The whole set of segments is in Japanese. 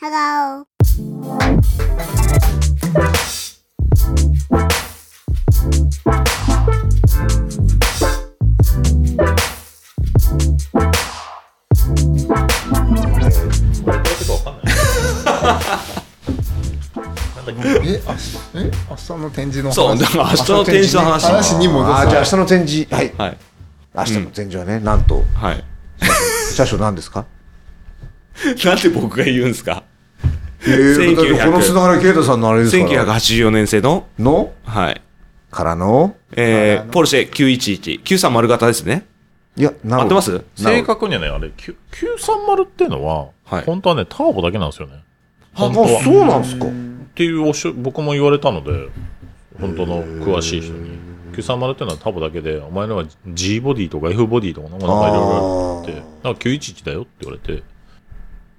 Hello. これどうやってかわかんないなんだっえ、あしえ明日の展示の話そうだから明日の展示の話話に戻すあーじゃあ明日の展示はいはい。明日の展示はね、なんとはい。車掌なんですかなんで僕が言うんですかえー、だって1900この砂原啓太さんのあれですから ?1984 年製の、のはい。からのえー、ポルシェ911。930型ですね。いやな合ってますけ正確にはねあれきゅ930っていうのは、はい本当はねターボだけなんですよねあ本当はそうなんですかっていうおしょ僕も言われたので本当の詳しい人に930っていうのはターボだけでお前のは G ボディとか F ボディとかなんかなんかいろいろあってなんか911だよって言われて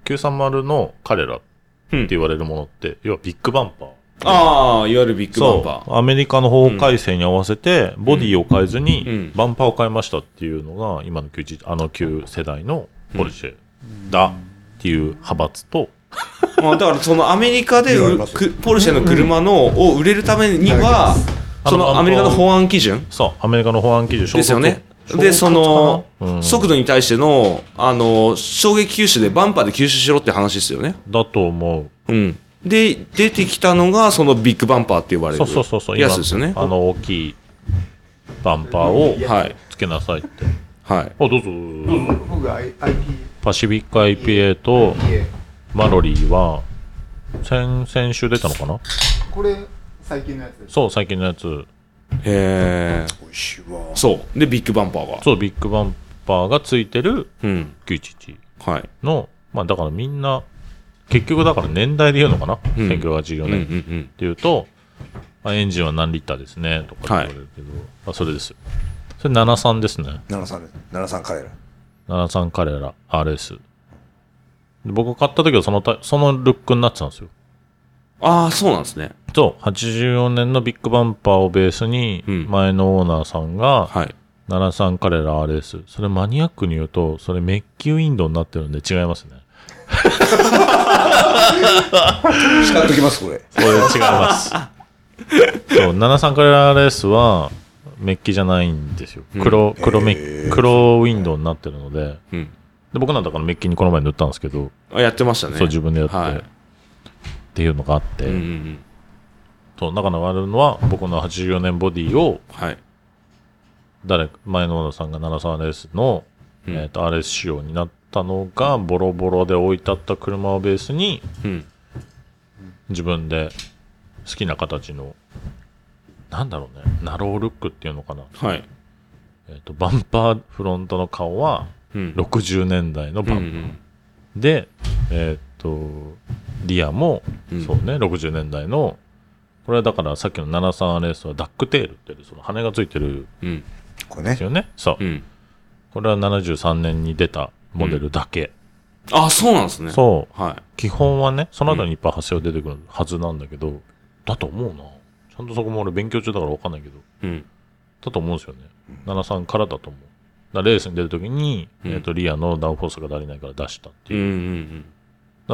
930の彼らって言われるものって、要はビッグバンパーああ、いわゆるビッグバンパそー。うアメリカの法改正に合わせて、ボディを変えずうんうんに、バンパーを変えましたっていうのが、今の旧知あの旧世代のポルシェだっていう派閥と、まあ、だからそのアメリカで言われうますくポルシェの車の、を売れるためには、そのあのアメリカの法案基準そう、アメリカの法案基準、衝突ですよね。衝突で、そのかなう、ん速度に対しての、あの、衝撃吸収でバンパーで吸収しろって話ですよね。だと思うん。で、出てきたのが、そのビッグバンパーって呼ばう。れるそうそうそうそう、やつですよね。あの大きいバンパーをはい。つけなさいって。はい。あ、どうぞ。僕が I- IP パシフィック IPA とマロリーは、先々週出たのかなこれ最近のやつですそう、最近のやつ。え美味しいわー、そう。で、ビッグバンパーが。そう、ビッグバンパーがついてるうん。 911はい。の、まあだからみんな、結局だから年代で言うのかな、うん ?1984 うんうんう年ってん。言うと、まあ、エンジンは何リッターですね、とか言われるけど、まあそれですよ。それ73ですね。 73です73彼ら73カレラ RS。で僕買った時はそのた、そのルックになってたんですよ。ああ、そうなんですね。そう、84年のビッグバンパーをベースに、うん前のオーナーさんが、はい。 73カレラ RS。それマニアックに言うと、それメッキウィンドウになってるんで違いますね。叱っときますこれこれ違います。そう、73カレラ RS は、メッキじゃないんですよ。黒、黒メッキ、黒ウィンドウになってるので、うん。で僕なんだからメッキにこの前塗ったんですけど、あやってましたね。そう自分でやって、はいっていうのがあって、うんうんうん。そう、中のあるのは、僕の84年ボディを、はい。誰か、前のオーナーさんが 73RS の、うんえっ、と、RS 仕様になったのが、ボロボロで置いてあった車をベースに、うん。自分で好きな形の、なんだろうね、ナロールックっていうのかな。はい。えっ、と、バンパーフロントの顔は、うん。 60年代のうバんンうパー。ん。で、えっ、と、リアも、うんそうね、60年代の、これはだからさっきの 73RS はダックテールっていう、その羽がついてるんうん。これでねすよね。そうう。ん。これは73年に出たモデルだけ。ああ、そうなんですね。う。そう。は基本はね、その後にいっぱい発生は出てくるはずなんだけど、だと思うな。ちゃんとそこも俺勉強中だから分かんないけど、い。うん。だと思うんですよね。73からだと思う。だからレースに出るときに、うんえっと、リアのダウンフォースが足りないから出したってういんう。うだかん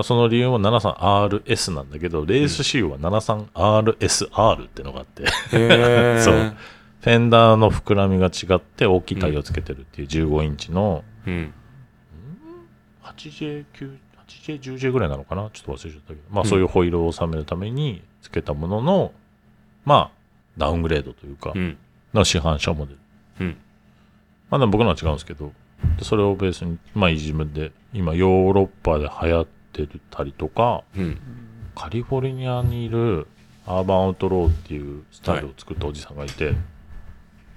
らその理由は 73RS なんだけど、レース仕様は 73RSR ってのが あって、うん。へえ。そう。フェンダーの膨らみが違って大きいタイヤをつけてるっていう15インチのうん。 8J9、8J、10J ぐらいなのかなちょっと忘れちゃったけど。まあそういうホイールを収めるためにつけたものの、まあ、ダウングレードというかう、ん。の市販車モデル。うん。まあでも僕のは違うんですけど、でそれをベースに、まあいじめで、今ヨーロッパで流行ってたりとか、うん。カリフォルニアにいるアーバンアウトローっていうスタイルを作ったおじさんがいて、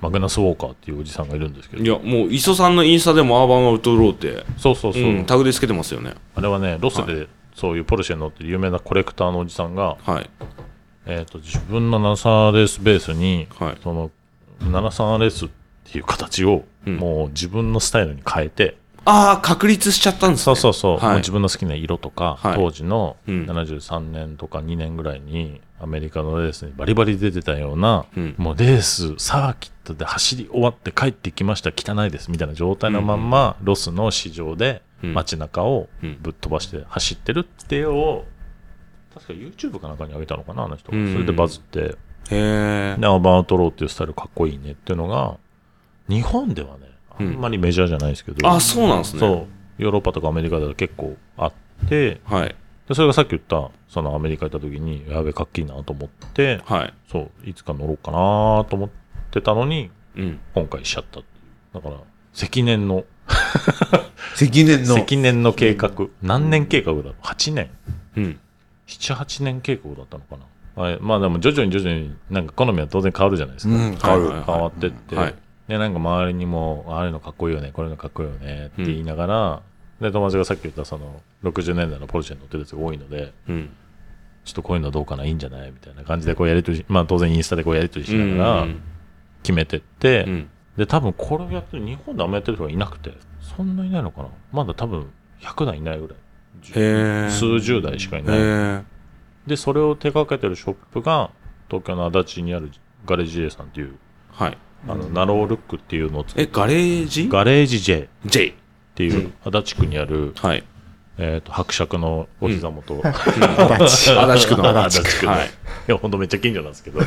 マグナス・ウォーカーっていうおじさんがいるんですけいど、や、もう、磯さんのインスタでもアーバンアウトローって、そうそうそう、うんタグでつけてますよね。あれはね、ロスでそういうポルシェに乗ってる有名なコレクターのおじさんが、はい。えっ、と、自分の 73RS ベースに、はいその 73RS っていう形を、うんもう自分のスタイルに変えて、ああ、確立しちゃったんですそうね。そうそう、はいもう自分の好きな色とか、はい当時のうん73年とか2年ぐらいに、アメリカのレースにバリバリ出てたような、うんもうレース、サーキットで走り終わって帰ってきました、汚いですみたいな状態のまんま、ロスの市場でうん街中をうんぶっ飛ばして走ってるっていうのを、確か YouTube かなんかに上げたのかな、あの人が。うんそれでバズって、へえで、アバウトローっていうスタイルかっこいいねっていうのが、日本ではね、あんまりメジャーじゃないですけど、あそうなんですねそう、ヨーロッパとかアメリカでは結構あって、はいでそれがさっき言った、そのアメリカ行った時に、やべ、かっけいなと思って、はいそう、いつか乗ろうかなと思ってたのに、うん今回しちゃったっていう。だから、積年の、積年の。積年の計画。何年計画だろう ?8 年うん7、8年計画だったのかな。はい、まあでも徐々に徐々に、なんか好みは当然変わるじゃないですか。うん、変わる。はいはい変わってって、はいでなんか周りにもああれのかっこいいよねこれのかっこいいよねって言いながら、で友達がさっき言ったその60年代のポルシェに乗ってるやつが多いのでうんちょっとこういうのどうかないいんじゃないみたいな感じでこうやりとりしまあ当然インスタでこうやりとりしながらうん決めてって、うんで多分これをやってる日本であんまやってる人がいなくてそんないないのかなまだ多分100代いないぐらいへえ数十代しかいない、へでそれを手掛けてるショップが東京の足立にあるガレージ J さんっていうーはいあのナロールックっていうのを作っえガレージガレージ J J っていう、足立区にある、はいえっ、と、伯爵のお膝元。 足立区の足立区の。はいいや、ほんとめっちゃ近所なんですけど。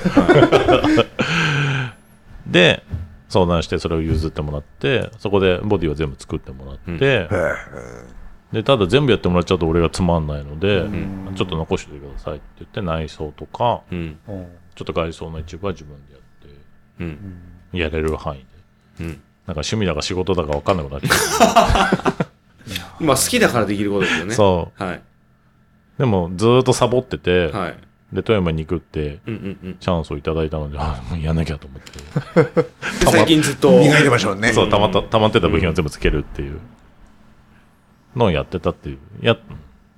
で、相談して、それを譲ってもらって、そこでボディは全部作ってもらって、へで、ただ全部やってもらっちゃうと俺がつまんないので、ちょっと残しておいてくださいって言って、内装とか、うんうんちょっと外装の一部は自分でやっうんて、やれる範囲で。うんなんか趣味だか仕事だか分かんなくなっちゃまあ好きだからできることですよう。ねそう。はいうでも、ずーっとサボってて、はいで、富山に行くって、うんうんうんチャンスをいただいたので、あもうやんなきゃと思って。で最近ずっと磨いてましょうね。そう、たまった、溜まってた部品を全部つけるっていうのをやってたっていう。や、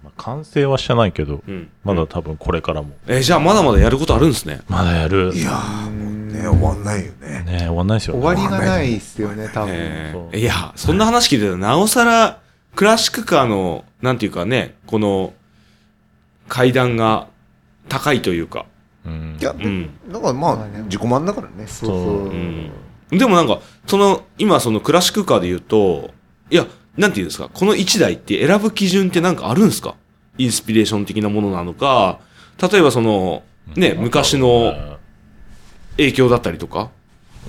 まあ、完成はしてないけど、うんまだ多分これからも。えーじゃあまだまだやることあるんですねまだやる。いねやー、もうね、終わんないよね。え終わんないですよ、終ね。わりがないっすよね、多分。えーそういや、そんな話聞いてたら、なおさら、クラシックカーの、なんていうかね、この、階段が高いというか。うんい。や、うん。だからままああね、自己満だからね。そうそうう。うん。でもなんか、その、今そのクラシックカーで言うと、いや、なんていうんですか、この1台って選ぶ基準ってなんかあるんですかインスピレーション的なものなのか、例えばその、ね、昔の影響だったりとか。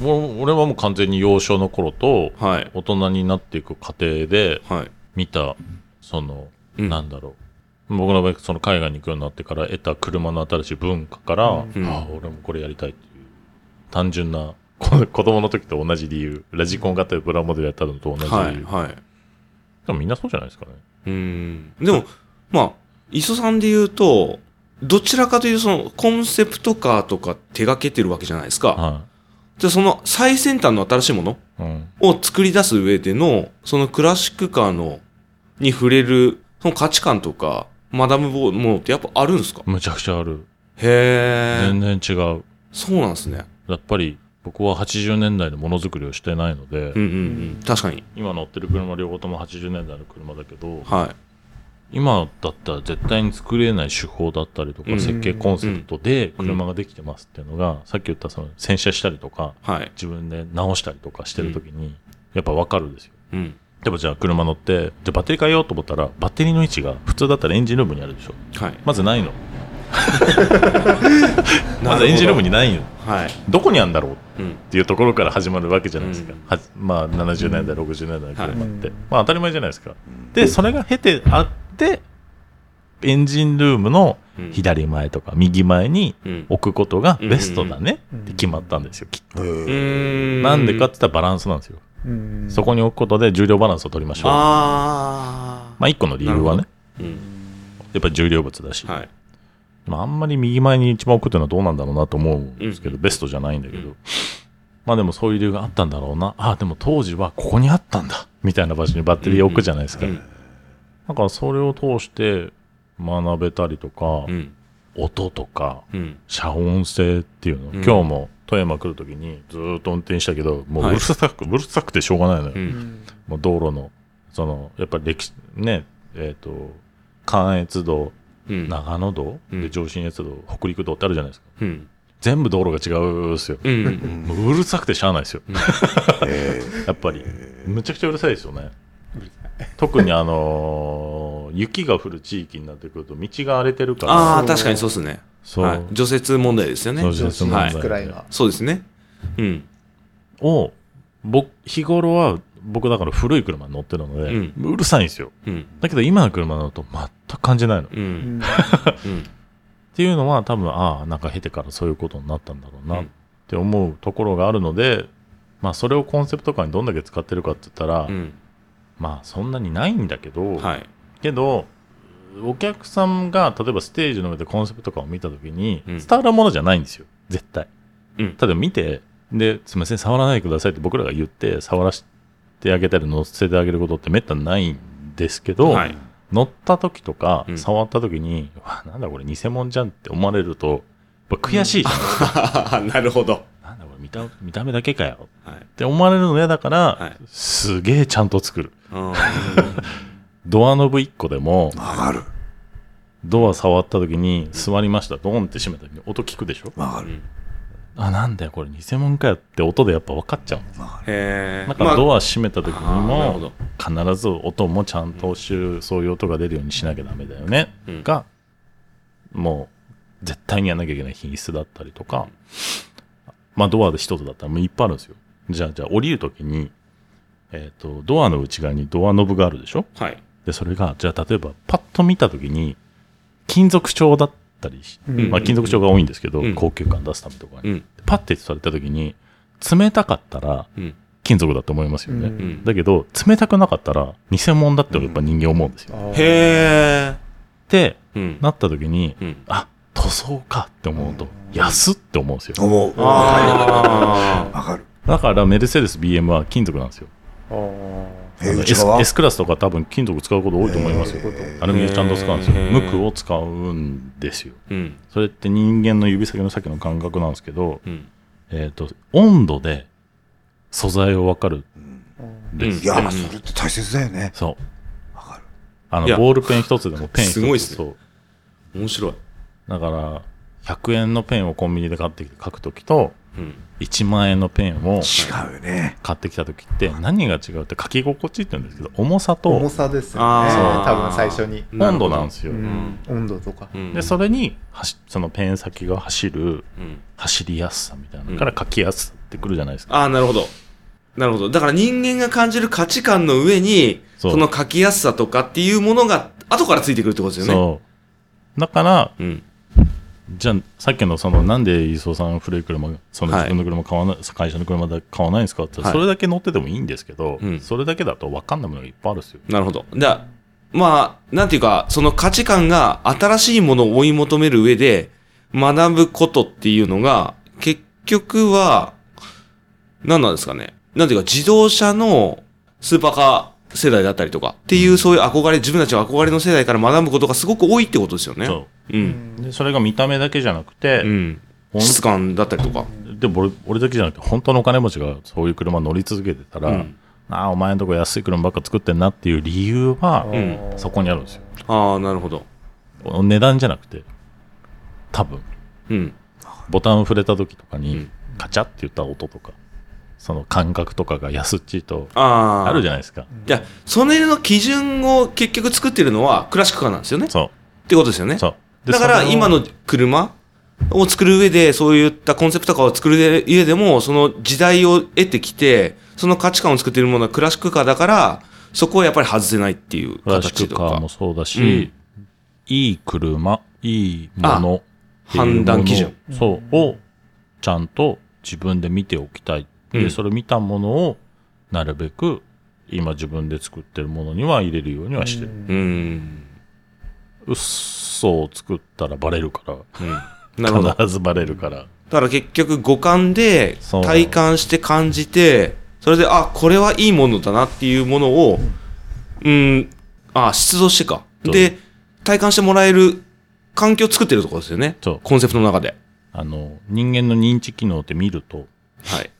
もう俺はもう完全に幼少の頃と、はい。大人になっていく過程ではい。見た、その、うんなんだろう。僕の場合、その海外に行くようになってから得た車の新しい文化から、んああ、俺もこれやりたいっていう、単純な、こ 子供の時と同じ理由、ラジコン型でプラモデルやったのと同じ理由。はい。はい。でもみんなそうじゃないですかね。うん。でも、まあ、磯さんで言うと、どちらかというとそのコンセプトカーとか手掛けてるわけじゃないですか。はじゃあその最先端の新しいものい。うん。を作り出す上での、そのクラシックカーの、に触れる、その価値観とか、マダムボーものってやっぱあるんですかむちゃくちゃある。へえ。全然違う。そうなんですね。やっぱり、僕は80年代でものづくりをしてないので、うんうんうん。確かに。今乗ってる車両方とも80年代の車だけど、は今だったら絶対に作れない手法だったりとか、うん設計コンセプトで車ができてますっていうのが、さっき言ったその洗車したりとか、い。はい。自分で直したりとかしてる時に、やっぱわかるんですよ。うん。でもじゃあ車乗って、じゃあバッテリー変えようと思ったら、バッテリーの位置が普通だったらエンジンルームにあるでしょ。はい。まずないの。まずエンジンルームにないよ。はい。どこにあるんだろうっうん。ていうところから始まるわけじゃないですか。うんはまあ70年代、60年代の車って。はいまあ当たり前じゃないですか。で、それが経てあって、エンジンルームのうん左前とか右前にうん。置くことがベストだねって決まったんですよ。きっへうーーとんなんでかって言ったらバランスなんですよ。うんそこに置くことで重量バランスを取りましょう。ああ。まあ一個の理由はなねる、うん。やっぱり重量物だし、はい。まああんまり右前に一番置くというのはどうなんだろうなと思うんですけど、ベストじゃないんだけど、まあでもそういう理由があったんだろうな。ああ、でも当時はここにあったんだ。みたいな場所にバッテリーを置くじゃないですか。うんだからそれを通して学べたりとか、うん。音とか、うん。遮音性っていうの、ん今日も富山来るときにずーっと運転したけど、もううるさく、うるさくてしょうがないのよ。うんもう道路の、その、やっぱり歴史、ね、えっ、と、関越道、うん。長野道、うんで上信越道、北陸道ってあるじゃないですか。うん。全部道路が違うっすよ。うん。 もううるさくてしゃあないですよ。へーやっぱり。むちゃくちゃうるさいですよね。特にあのー雪が降る地域になってくると道が荒れてるからああ、確かにそうですね。そう、はい。除雪問題ですよね。そう除雪問題はいくらいが。そうですね。うん。を僕日頃は僕だから古い車に乗ってるので、うんうるさいんですようん。だけど今の車に乗ると全く感じないのっう。うんうん。んていうのは多分ああなんか経てからそういうことになったんだろううなんって思うところがあるので、まあそれをコンセプトカーにどんだけ使ってるかって言ったら、うん。まあそんなにないんだけど、はい。けどお客さんが例えばステージの上でコンセプトカーを見た時にうん伝わるものじゃないんですよ絶対うん。ただ見てですみません触らないでくださいって僕らが言って触らせてあげたり乗せてあげることってめったにないんですけど、はい。乗った時とか、うん触った時にうわなんだこれ偽物じゃんって思われるとやっぱ悔しいじゃ ん、なるほど。なんだこれ見た見た目だけかよはい。って思われるの嫌だから、はいすげえちゃんと作るうん。ドアノブ1個でも曲がる。ドア触った時に座りましたドーンって閉めた時に音聞くでしょ曲がうる。んあなんだよこれ偽物かよって音でやっぱ分かっちゃうんです曲がる。へえ。なんかドア閉めた時にあーなるほもど必ず音もちゃんと収そういう音が出るようにしなきゃダメだよね、うんがもう絶対にやんなきゃいけない品質だったりとかまあドアで一つだったらもういっぱいあるんですよじゃあじゃあ降りる時にえっ、とドアの内側にドアノブがあるでしょあはい。でそれがじゃあ例えばパッと見た時に金属調だったりし、うんまあ、金属調が多いんですけど、うん高級感出すためとかに、うん。パッてされた時に冷たかったらうん。金属だと思いますよね、うんうん。だけど冷たくなかったら偽物だってやっぱ人間思うんですよ、あーへえ。でうん。なった時にうん。あ塗装かって思うと安って思うんですよ思う。ああ。わかる。だからメルセデス BM は金属なんですよあーえ、あの内 S, 側 S クラスとか多分金属使うこと多いと思いますよへーアルミをちゃんと使うんですよへー無垢を使うんですようん。それって人間の指先の先の感覚なんですけど、うん。えっ、と、温度で素材を分かるうんんです。うんいや、まあそれって大切だよね。そう。わかる。あの、いやボールペン一つでもペン一つすごいっすねそう。面白い。だから、100円のペンをコンビニで買ってきて書くときと、うん。 1万円のペンを違うよね。買ってきたときって、何が違うって書き心地って言うんですけど、重さ重とさですよねあー多分最初に、温度なんですうよ。ん、温度とか、うんで、それに走、そのペン先が走る、うん。走りやすさみたいなのから書きやすさってくるじゃないですか。ああ、なるほど。なるほど。だから人間が感じる価値観の上に、そうその書きやすさとかっていうものが後からついてくるってことですよね。そう。だから、う。ん。じゃあ、さっきのその、なんで磯さん古い車、そのはい自分の車買わない、会社の車で買わないんですかって、はいそれだけ乗っててもいいんですけど、うんそれだけだと分かんないものがいっぱいあるんですよ。なるほど。じゃまあ、なんていうか、その価値観が新しいものを追い求める上で、学ぶことっていうのが、結局は、何なんですかね。なんていうか、自動車のスーパーカー世代だったりとか、っていうそういう憧れ、自分たちの憧れの世代から学ぶことがすごく多いってことですよね。。そうん。う。で、それが見た目だけじゃなくて、うん。ほん質感だったりとか。でも俺俺だけじゃなくて、本当のお金持ちがそういう車乗り続けてたら、うんああ、お前のとこ安い車ばっか作ってんなっていう理由は、んそこにあるんですよ。ああ、なるほど。お値段じゃなくて、多分、うん。ボタン触れれた時とかうにん、カチャって言った音とか、その感覚とかが安っちいと、ああ。あるじゃん。ゃないですか。じゃあその辺の基準を結局作ってるのはクラシックカーなんですよね。そう。ってことですよね。そう。でだからそれを今の車を作る上で、そういったコンセプトカーを作る上でも、その時代を得てきて、その価値観を作っているものはクラシックカーだから、そこはやっぱり外せないっていうクラシ形ックとカーかも、そうだし、いい車、いいものっていうもの判断基準。そう。を、ちゃんと自分で見ておきたい。で、うんそれ見たものを、なるべく、今自分で作ってるものには入れるようにはしてる。うーん。うっそを作ったらバレるか うん。なるほどら。。必ずバレるから。だから結局五感でそう体感して感じてそれであこれはいいものだなっていうものをうんあ出動してかそうで体感してもらえる環境を作ってるところですよねそうコンセプトの中であの、人間の認知機能って見ると、はい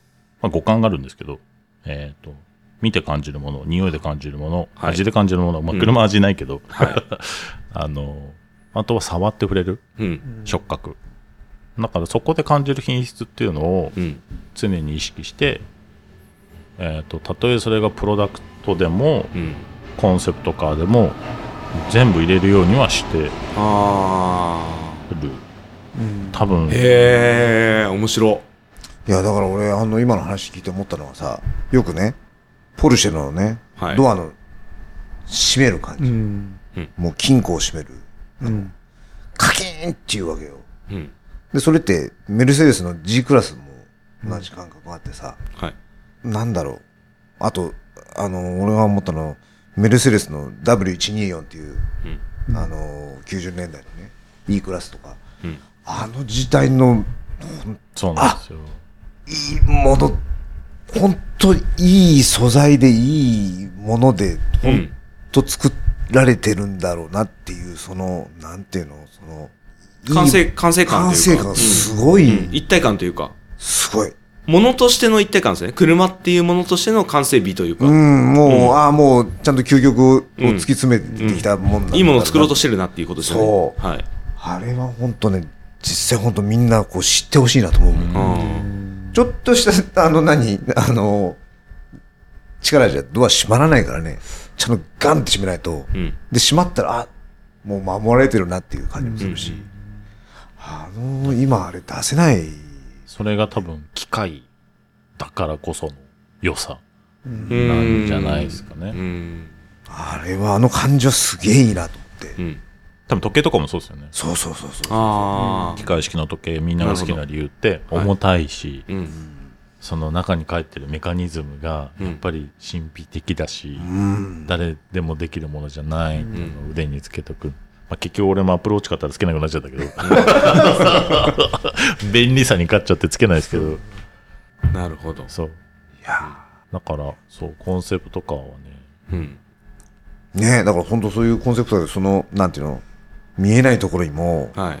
まあ、五感があるんですけど、えっ、と、見て感じるもの、匂いで感じるもの、はい味で感じるもの、まうあ、ん車は味ないけど、はい、 あの、あとは触って触れるうん触覚。だからそこで感じる品質っていうのをうん常に意識して、えっ、と、たとえそれがプロダクトでもうん。コンセプトカーでも全部入れるようにはしてるあうん多分ー。へえ、面白。いや、だから俺、あの、今の話聞いて思ったのはさ、よくね、ポルシェのね、はいドアの閉める感じ。うんもう金庫を閉める。うんカキーンっていうわけよ。うん。で、それって、メルセデスの G クラスも同じ感覚があってさ、はい。なんだろう。あと、あの、俺が思ったのは、メルセデスの W124 っていう、うん。あの、90年代のね、E クラスとか、うん。あの時代の、ほんそうなんですよいいもの、本当いい素材でいいもので、う本ん。当作られてるんだろうなっていう、その、なんていうの、その、いい完成、完成感完とい成うか。感すごうんい、うん一体感というか。すごい。ものとしての一体感ですね。車っていうものとしての完成美というか。うん、もう、うんああ、もう、ちゃんと究極うをん突き詰めてきたもんなんだいいものを作ろうとししてるなっていうことですよね。そはい。あれは本当ね、実際本当みんなこう知ってほしいなと思うもん。ううんん。ちょっとした、あの何、あの、力じゃドア閉まらないからね、ちゃんとガンって閉めないと、うん。で、閉まったら、あ、もう守られてるなっていう感じもするし、あの、今あれ出せない、それが多分機械だからこその良さうんうんなんじゃないですかねうん。あれはあの感じはすげえいいなと思って。うん。多分時計とかもそうですよねそうそうそうそう。あ機械式の時計みんなが好きな理由ってほど重たいし、あ。うん。その中に入ってるメカニズムがうんやっぱり神秘的だし、うん。誰でもできるものじゃないっていうのを腕につけとく、まあ、結局俺もアプローチ買ったらつけなくなっちゃったけど 便利さに勝っちゃってつけないですけどなるほど。そういやだからそうコンセプトカーはねうん。ーねえ、だから本当そういうコンセプトで、その、なんていうの、見えないところにも、は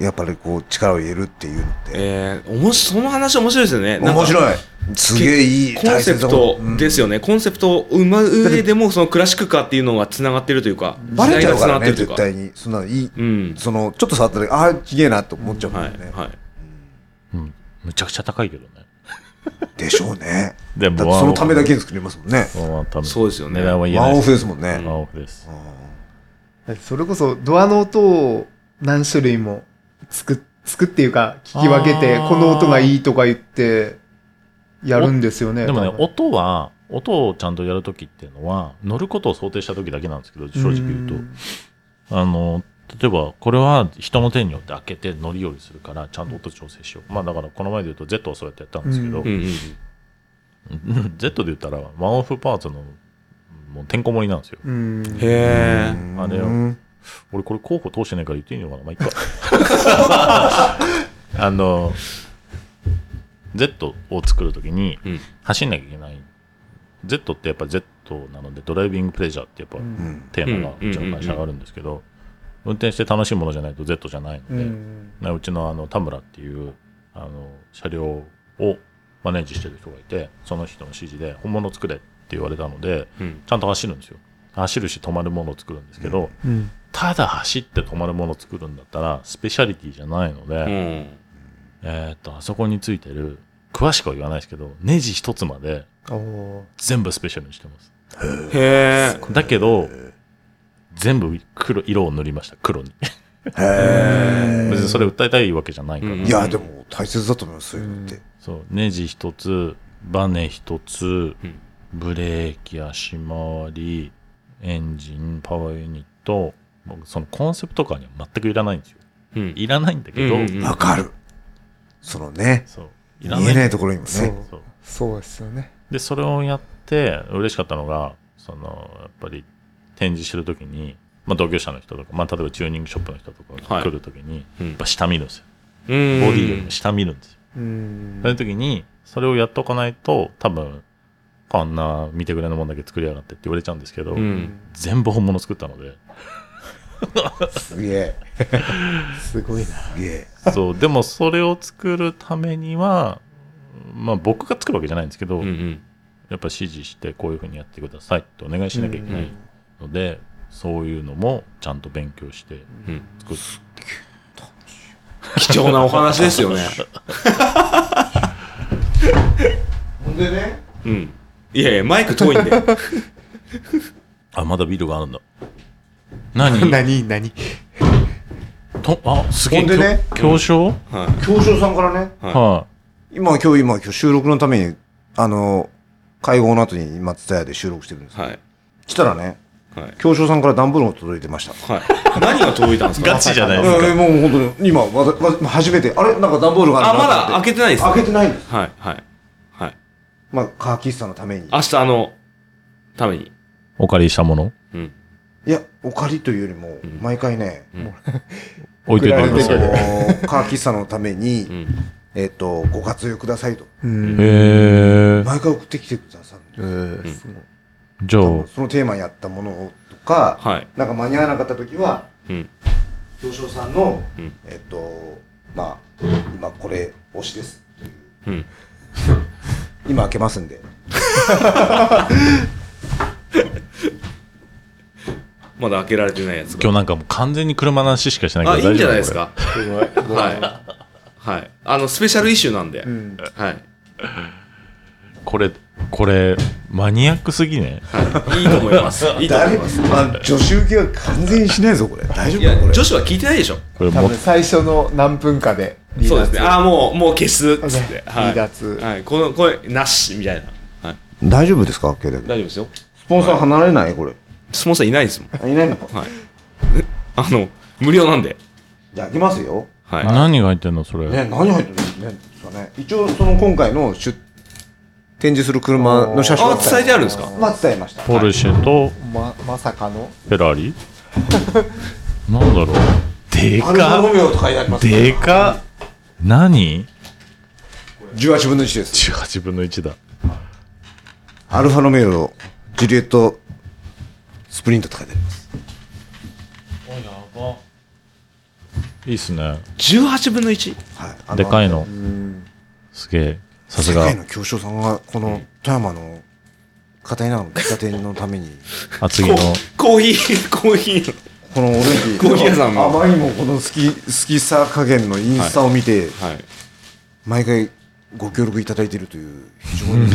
い。やっぱりこう力を入れるっていうのって、えー、おもし、その話面白いですよね。なんか面白いすげえいいコンセプトですよ。よね。コンセプトを生む上でも、そのクラシックカーっていうのが繋がってるというか、うんバレちゃうからね、時代絶が繋がってるというか。対に。そんなのいい、うん。その、ちょっと触っただけ、ああ、ちげえなと思っちゃうもんはいね。。はい。うんむちゃくちゃ高いけどねでしょうね。でだってそのためだけに作りますもんね。ワンためそうですよね値段は言えワなンいオですフですもんね。ワンオフですだってそれこそドアの音を何種類も作っ作っていうか聞き分けてあーこの音がいいとか言ってやるんですよねでもね多分音は音をちゃんとやるときっていうのは乗ることを想定したときだけなんですけど正直言うとんあの、例えば、これは人の手によって開けて乗り降りするから、ちゃんと音調整しよう。まあだから、この前で言うと Z をそうやってやったんですけど、ううんうんうん。 Z で言ったら、ワンオフパーツの、もうてんこ盛りなんですよ。うんへえ。あれようん俺、これ候補通してないから言っていいのかな まあ、いっか。あの、Z を作るときにうん。走んなきゃいけない。Z ってやっぱ Z なので、ドライビングプレジャーってやっぱうんテーマが、うんうちの会社があるんですけど、運転して楽しいものじゃないと Z じゃないのうで、んなうちのあの田村っていうあの車両をマネージしてる人がいてその人の指示で本物作れって言われたのでうん。ちゃんと走るんですよ走るし止まるものを作るんですけど、うんただ走って止まるものを作るんだったらスペシャリティじゃないので、うん。えーっとあそこについてる詳しくは言わないですけどネジ一つまでおー全部スペシャルにしてますへえ。だけど全部黒色を塗りました黒にへ別にそれ訴えたいわけじゃないから、うえ。んいや、でも大切だと思います、そういうのって。そう、ネジ一つ、バネ一つうん、ブレーキ、足回り、エンジン、パワーユニット、僕そのコンセプトカーには全くいらないんですよ。うん。いらないんだけど、うんうんうんわかる。そのね、そう、いら見えな。ないいところにもそうね。そうそうですよねで、それをやって、嬉しかったのが、その、やっぱり展示してるときに、まあ同業者の人とか、まあ例えばチューニングショップの人とかはいが来るときに、うんやっぱ下見るんですよ。ボデボディよりも下見るんですよ。うんそういう時に、それをやっとかないと、多分、あんな見てくれのもんだけ作りやがってって言われちゃうんですけど、うん。全部本物作ったので、すげえ。すごいなすげえ。そう、でもそれを作るためには、まあ僕が作るわけじゃないんですけうど、んうん。やっぱ指示してこういうふうにやってくださいってお願いしなきゃいけないので、そういうのもちゃんと勉強してうん。作っ貴重なお話ですよね。ほんでね、うん。いやいや、マイク遠いんで。あ、まだビルがあるんだ。何何何とあ、すげえ。ほんでねきょ教書は教授さんからねい。はは今今日今今日収録のためにあの会合の後に今蔦屋で収録してるんですい。はい。したらねはい。教授さんから段ボールが届いてましたはい。何が届いたんですい。かガチじゃないいですやか。もう本当に今わざわざ初めてあれなんか段ボールがあ、あるなまだと思っ開けてないです。開けてないんですはい。はい。はい。まあカーキスさんのために明日あの、ために。お借りしたものうん。いやお借りというよりもん毎回ね置送いといてられくだてさい。へこうカーキスさんのために うん。えっとご活用くださいとうん。え。毎回送ってきてくださるえーすごいじゃあ、そのテーマにやったものとか、はい。なんか間に合わなかった時はうん。表彰さんの、うんえっとまあ今これ推しですうん。今開けますんでまだ開けられてないやつが。今日なんかもう完全に車の話しかしてないあ、けいどいん大じ丈ゃ夫ないですこか。はい。はい。あの、スペシャルイシューなんで。うんはい。れこれ、これ、マニアックすぎね。はい。いいと思います。いいと思います。まあ、女子受けは完全にしないぞこれ大丈い夫かやこ、れ女子は聞いてないでしょ。これ多も分、最初の何分かで離脱そうですね。ああ、もう、もう消す。つって。 OK はい。離脱はい。この声、なし、みたいな。はい。大丈夫ですか大丈夫ですよ。スポンサー離れないこれスポンサーいない ですもん。あいないのかはい。あの、無料なんで。じゃあ開けますよはい。何が入ってんのそれ。ね何入ってるんですかね一応その今回の出展示する車の写真はあ、伝えてあるんですかまあ伝えましたポルシェとま、まさかのフェラーリ なんだろうでアルファロかメオと書いてありますでか何18分の1です ?18 分の1だ。アルファロメオジュリエットスプリントと書いてありますいいっすね。 18分の 1? はいあのでかいの。すげえ。さすが世界。の教授さんがこの富山の片稲の喫茶店のために厚木 の。コーヒー、 コーヒー。このオレンジコーヒー屋さんもあまりにもこの好き好きさ加減のインスタを見て、はい。毎回ご協力いただいているという非常に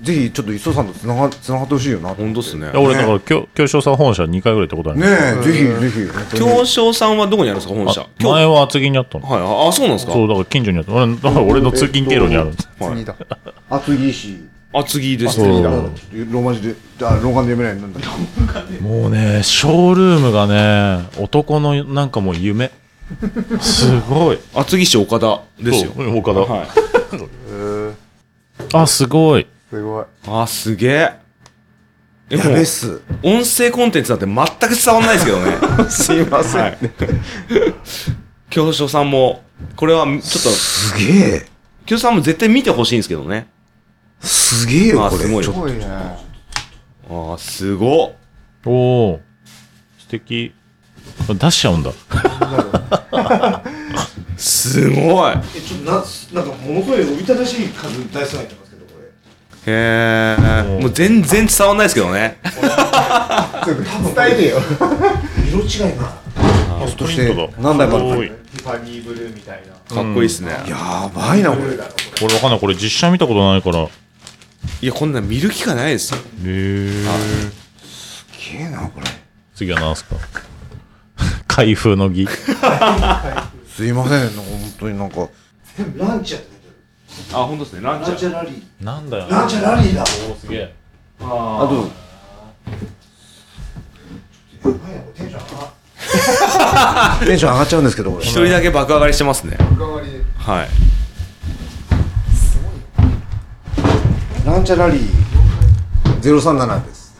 ぜひちょっと磯さんとつながつながってほしいよなと本思当っってすねいや。俺、だから、京京商さん本社2回ぐらい行ったことあるねえぜひぜひ京商さんはどこにあるんですか、本社あ。京前は厚木にあったの。はい。ああ、そうなんですかそう、だから近所にあった。俺だから俺の通勤経路にあるんです。はい次だ。厚木市厚木ですそうね。だからちょっとローマ字であローマ字で読めないなんだもうね、ショールームがね、男のなんかもう 夢。すごい。厚木市岡田ですよ。そう岡田。はい。あ、すごい。すごい。あ、すげえ。え、やもうべっ、す音声コンテンツなんて全く伝わんないですけどね。 すいません、はい。京商さんも、これは、ちょっと、すげえ京商さんも絶対見てほしいんですけどね。すげえよあこれすごいちすょっとごいね。ああ、すごっ。おお素敵出しちゃうんだすごい。へえちょっとななんかものすごいおびただしい数大数入ってますけどこれえ。もう全然伝わんないですけどね。多伝分えてよ。色違いがスとして何台もあるこれティファニーブルーみたいな。かっこいいっすね。いややばいなこれだろ、こわかんないこれ実写見たことないからへいや、こんなん見る機会ないですよ。えすげえなこれ次は何すか 開封の儀すいませんなんか本当になんかランチャーってあ、ほんとですね。ランランチャーラリー。なんだよランチャーラリーだ。おすげえあとやばいな、これテンション上がっテンション上がっちゃうんですけどこれ一人だけ爆上がりしてますね。れ代わりはい。ランチャラリー037です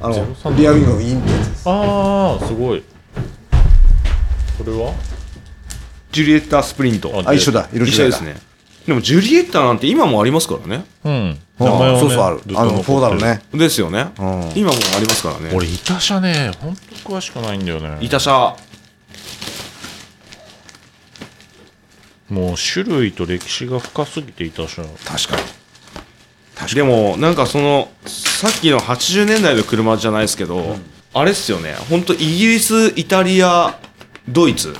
あの037リアウィングのインテンツですああすごいこれはジュリエッタスプリント。あ一緒だ色違い一緒だですね。でも、ジュリエッタなんて今もありますからね。うんあ名前はねそうそうあるずっとあ残ってのるフォーダのねですよね。うん今もありますからね。俺いたしゃねほんと詳しくないんだよねいたしゃ。もう種類と歴史が深すぎていたしゃ確かにでも、なんかその、さっきの80年代の車じゃないですけど、あれっすよね。ほんと、イギリス、イタリア、ドイツ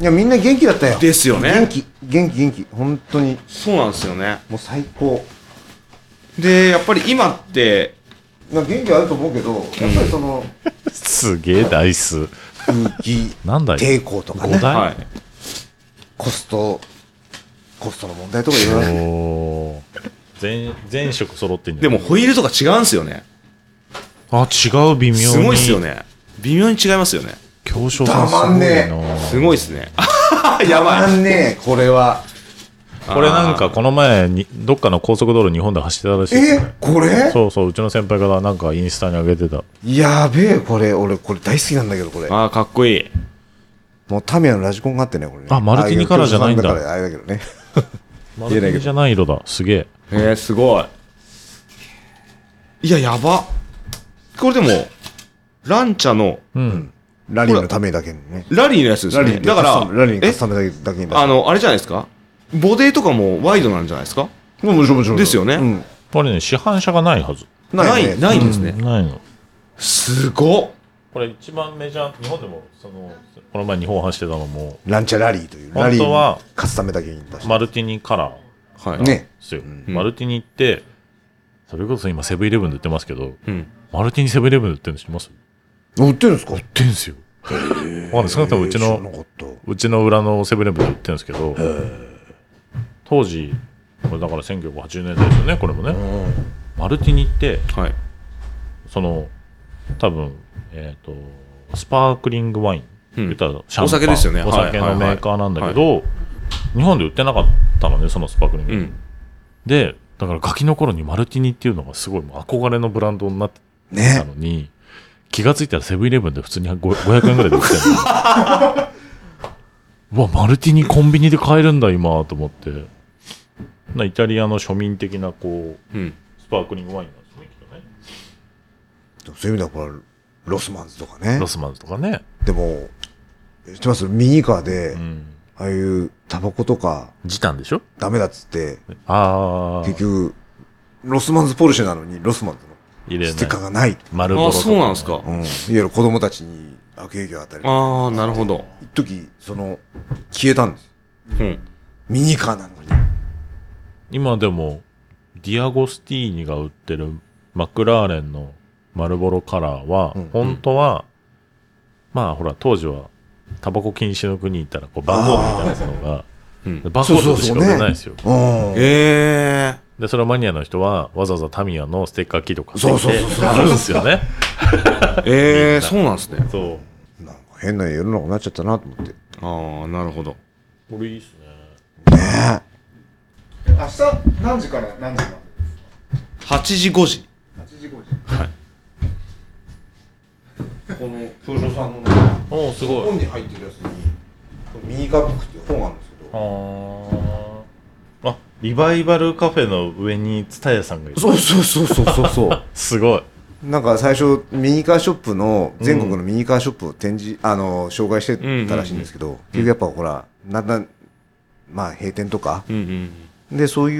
いや、みんな元気だったよ。ですよね元気、元気、元気。本当に、そうなんですよね。もう最高。で、やっぱり今って、まあ、元気あると思うけど、やっぱりその、すげえダイス。空気なんだよ。抵抗とかね五、台はい。コスト、コストの問題とかいろいろ。おー全全色揃ってんじゃでんも、ホイールとか違うんですよね。あ違う微妙にすごいっすよね。微妙に違いますよね。強商さんすたまごんいなねすごいっすね。やばい。ねこれは。これなんかこの前にどっかの高速道路日本で走ってたらしいですえねこれそうそううちの先輩からなんかインスタに上げてたやべえ、これ。俺、これ大好きなんだけど、これ。あーかっこいい。もうタミヤのラジコンがあってね、これね。あマルティニからじゃないんだああう共産からあれだけどね。マいけどルティニじゃない色だすげええー、すごい。いや、やば。これでも、ランチャの、うんラリーのためだけにね。ラリーのやつですラリね。ーだから、ラリーにカえスタムだけだけに出あの、あれじゃないですかボディとかもワイドなんじゃないですかの、もちろんもちろですよねうん。これね市販車がないはずないなよい、ねないんですね。ないのすごっ。これ一番メジャー日本でもそのこの前日本走ってたのもランチャラリーという。ラ本リ当ーはにカスタムだけに出して。マルティニカラーはい。。ね。ですよ、んマルティニってそれこそ今セブンイレブンで売ってますけどうん。マルティニセブンイレブンで売ってるの知ってます売ってるんですか売ってんすよ。まあ、少なくともうちえー知らなの、かったうちの裏のセブンイレブンで売ってるんですけど、当時、これだから1980年代ですよね、これもね。マルティニって、はい。その、多分、えっ、と、スパークリングワイン、うん言ったらシャンパンお酒ですよねはいお酒のメーカーなんだけど、日本で売ってなかったのね、そのスパークリングうワイン。ん。で、だからガキの頃にマルティニっていうのがすごいもう憧れのブランドになってたね。のに、気がついたらセブンイレブンで普通にご500円ぐらいで売ってるの うわマルティニコンビニで買えるんだ今と思ってなイタリアの庶民的なこううん。スパークリングワインなんですねきっとねそういう意味では、これ、ロスマンズとかねロ。スマンズとかね、でも、知ってますミニカーでう、ん、ああいうタバコとか時短でしょダメだっつって、ああ結局、ロスマンズポルシェなのに、ロスマンズ入のれステッないカーがない。丸ボロあ、とかそうなんですかう。ん。いわゆる子供たちに悪影響を与える。ああ、なるほど。一時、その、消えたんです。うん。ミニカーなのに。今でもディアゴスティーニが売ってるマクラーレンのマルボロカラーは、うん本当は、まあほら当時はタバコ禁止の国行ったらこう番号みたいなやつのがうんバーコードでしか売れないですようん。ええでそれをマニアの人はわざわざタミヤのステッカーキーとか買そうってそうそうきてあるんですよねー。ええー、そうなんですね。そうなんか変な世の中になっちゃったなと思って。ねああ、なるほど。これいいっすねえ。明日何時から何時ま8時5時。で8時5時この、東証さんのおおすごいに入ってるやつに、ミニカップっていう本があるんですけど。あーあリバイバルカフェの上に蔦屋さんがいるそうそうそうそうそうそう。すごい なんか最初ミニカーショップの全国のミニカーショップを展示、あの紹介してたらしいんですけど、結局やっぱほらだんだんまあ閉店とかうんうん。でそうい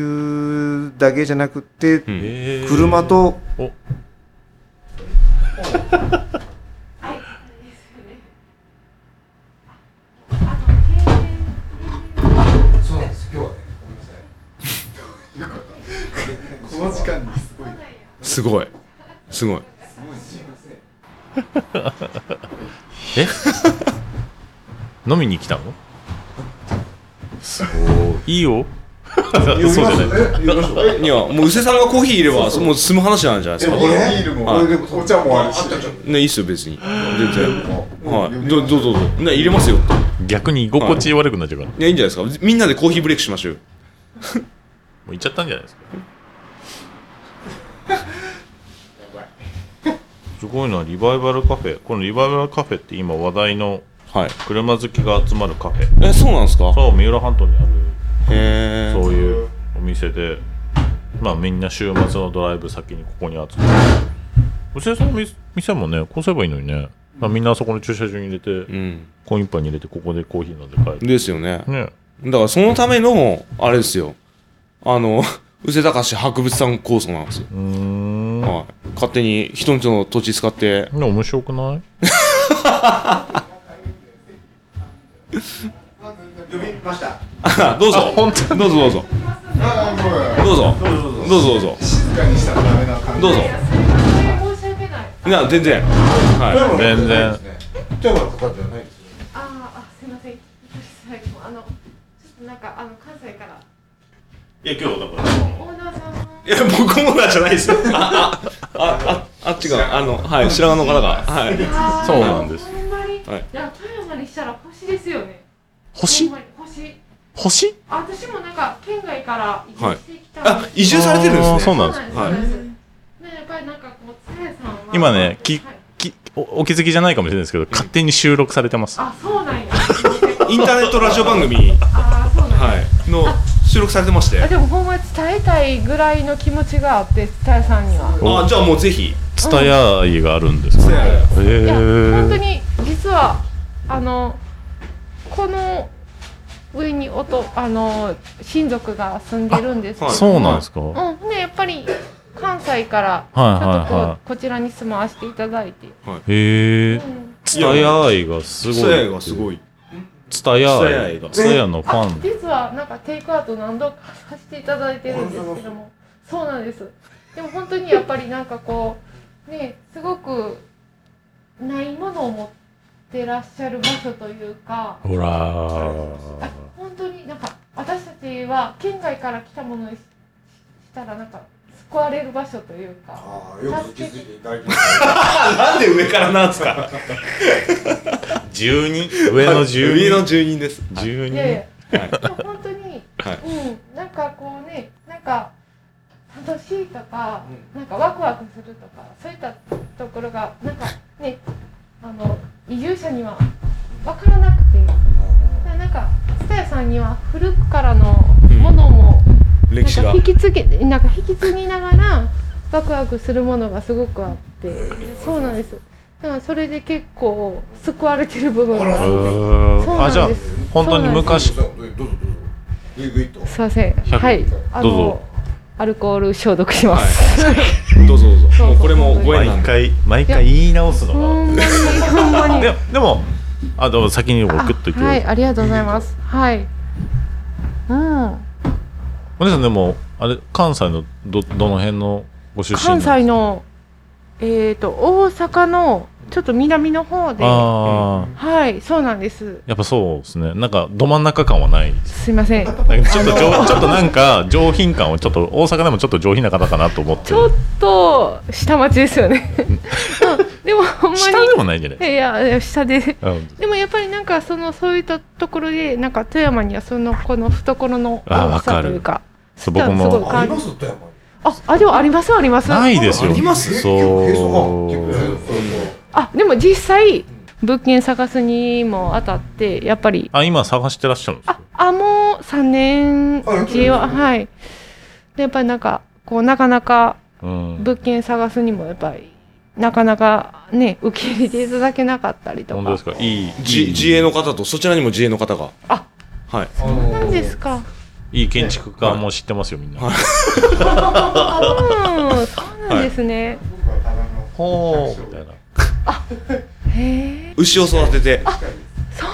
うだけじゃなくて、んえー車とおそうなんです今日はねごめんなさいこの時間にすごいすごい。すごい。え飲みに来たのすごい。いい よ。そうじゃない。えよろしくえいや、もう、宇勢さんがコーヒーいれば、もう済む話なんじゃないですか。これえビールもはこいれでお茶もあるしね、いいっすよ、別に。全然。はい。どどうぞどうぞ。ね、入れますよ。逆に居心地悪くなっちゃうから。もいや、いいんじゃないですか。みんなでコーヒーブレイクしましょうよ。う行っちゃったんじゃないですか。すごいな、リバイバルカフェ。このリバイバルカフェって今話題のはい。車好きが集まるカフェ。え、そうなんですかそう、三浦半島にある、へえ。そういうお店で、まあみんな週末のドライブ先にここに集まる。うせさんの店店もね、こうすればいいのにね。まあみんなあそこの駐車場に入れて、うん。コインパンに入れてここでコーヒー飲んで帰る。ですよね。ね。だからそのための、あれですよ。あの、 宇勢隆博物館構想なんですよ。うーん。でもはい。勝手に人んちの土地使って、面白くない呼びました。あどうぞ。どうぞどうぞ。ああ、もどうぞ。どうぞどうぞう、。静かにしたらダメな感じ。どうぞ。申し訳ない。な、全然。は全然。テーマとかじゃないですね。あーあ、すみません。聞きづらいかもあの、ちょっとなんか、あの、関西から。いや、今日だから。オーナーさんの。い。いや、僕もなんじゃない ですよ。あ、あ、あ、あ、あっちが、あの、はい、白髪の方が。はい。あーそうなんですほんまに。はいいや、富山にしたら星ですよね。ほ星んまに星。星あ私もなんか、県外から移住してきたんで。あ、移住されてるんですあね。ーそうなんですね。はいね、やっぱりなんか、こう、つやさんは。今ねきはいきおお気づきじゃないかもしれないですけど、勝手に収録されてます。あ、そうなんや。インターネットラジオ番組、あー、そうなんや。はい、の収録されてまして。あでもほんまに伝えたいぐらいの気持ちがあって伝えさんにはあ、じゃあもうぜひ。ツタヤ愛があるんですせか。やへいや本当え。に実はあのこの上におとあの親族が住んでるんですけあどはそうなんですか。うんねやっぱり関西からちょはいっとこ,、はいはこちらに住まわせていただいて、へえう。んツタヤ愛がすごい。せやがすごい。い。ツタヤ蔦屋愛愛。がツタヤのファあン。実はなんかテイクアウト何度かさせていただいてるんですけどもそうなんですでも本当にやっぱりなんかこうねすごくないものを持ってらっしゃる場所というかほらあ本当になんか私たちは県外から来たものにししたらなんか救われる場所というかああ、よく気づいていただきまなんで上からなんですか。ー。十二。上の十上の二。住人です。十いやいや二。でも本当に、はいうん、なんかこうね、なんか楽しいとか、なんかワクワクするとか、そういったところが、なんかね、あの移住者には分からなくて、なんか、蔦屋さんには古くからのものも、歴史ながんか。引き継げ、なんか引き継ぎながら、ワクワクするものがすごくあって、そうなんです。だからそれで結構救われてる部分あが。らうそうーんなあ、じゃあんです。本当にす。昔。どうぞどうぞどうぞ。グイグイと。すいません。はい。あどうぞのアルコール消毒します。はい。どうぞどうぞ。もうこれもご縁なんで。回毎言い直すほのんまにほんが。ま に。ででもあでも先にグあッと言ってくだはさい、い。ありがとうございます。はい。うん。お姉さんでもあれ関西のどどの辺のご出身なん関ですか西のえっ、と大阪のちょっと南の方で、はああ、い、そうなんです。やっぱそうですね。なんかど真ん中感はない。すいません。なんかちょっと上ちょっとなんか上品感をちょっと大阪でもちょっと上品な方かなと思ってち。ょっと下町です よね。うん、でもほんま下でもないんじゃない。にいやいや下で。うんでもやっぱりなんかそのそういったところでなんか富山にはそのこの懐のあ大わきさかるというかそう僕すごいもあります富山に。ああでもありますありますないですよ。ありますそう。あでも実際物件探すにも当たってやっぱりあ今探してらっしゃるんですあか。あもう3年あうちははいでやっぱりなんかこうなかなかうん。物件探すにもやっぱりなかなかね受け入れていただけなかったりと本当かですか。いいじ自衛の方とそちらにも自衛の方が。あはい。なんですかいい建築家も知ってますよみんな。うんそうなんですね、僕はただのほうみたいな。へえ牛を育てて。そう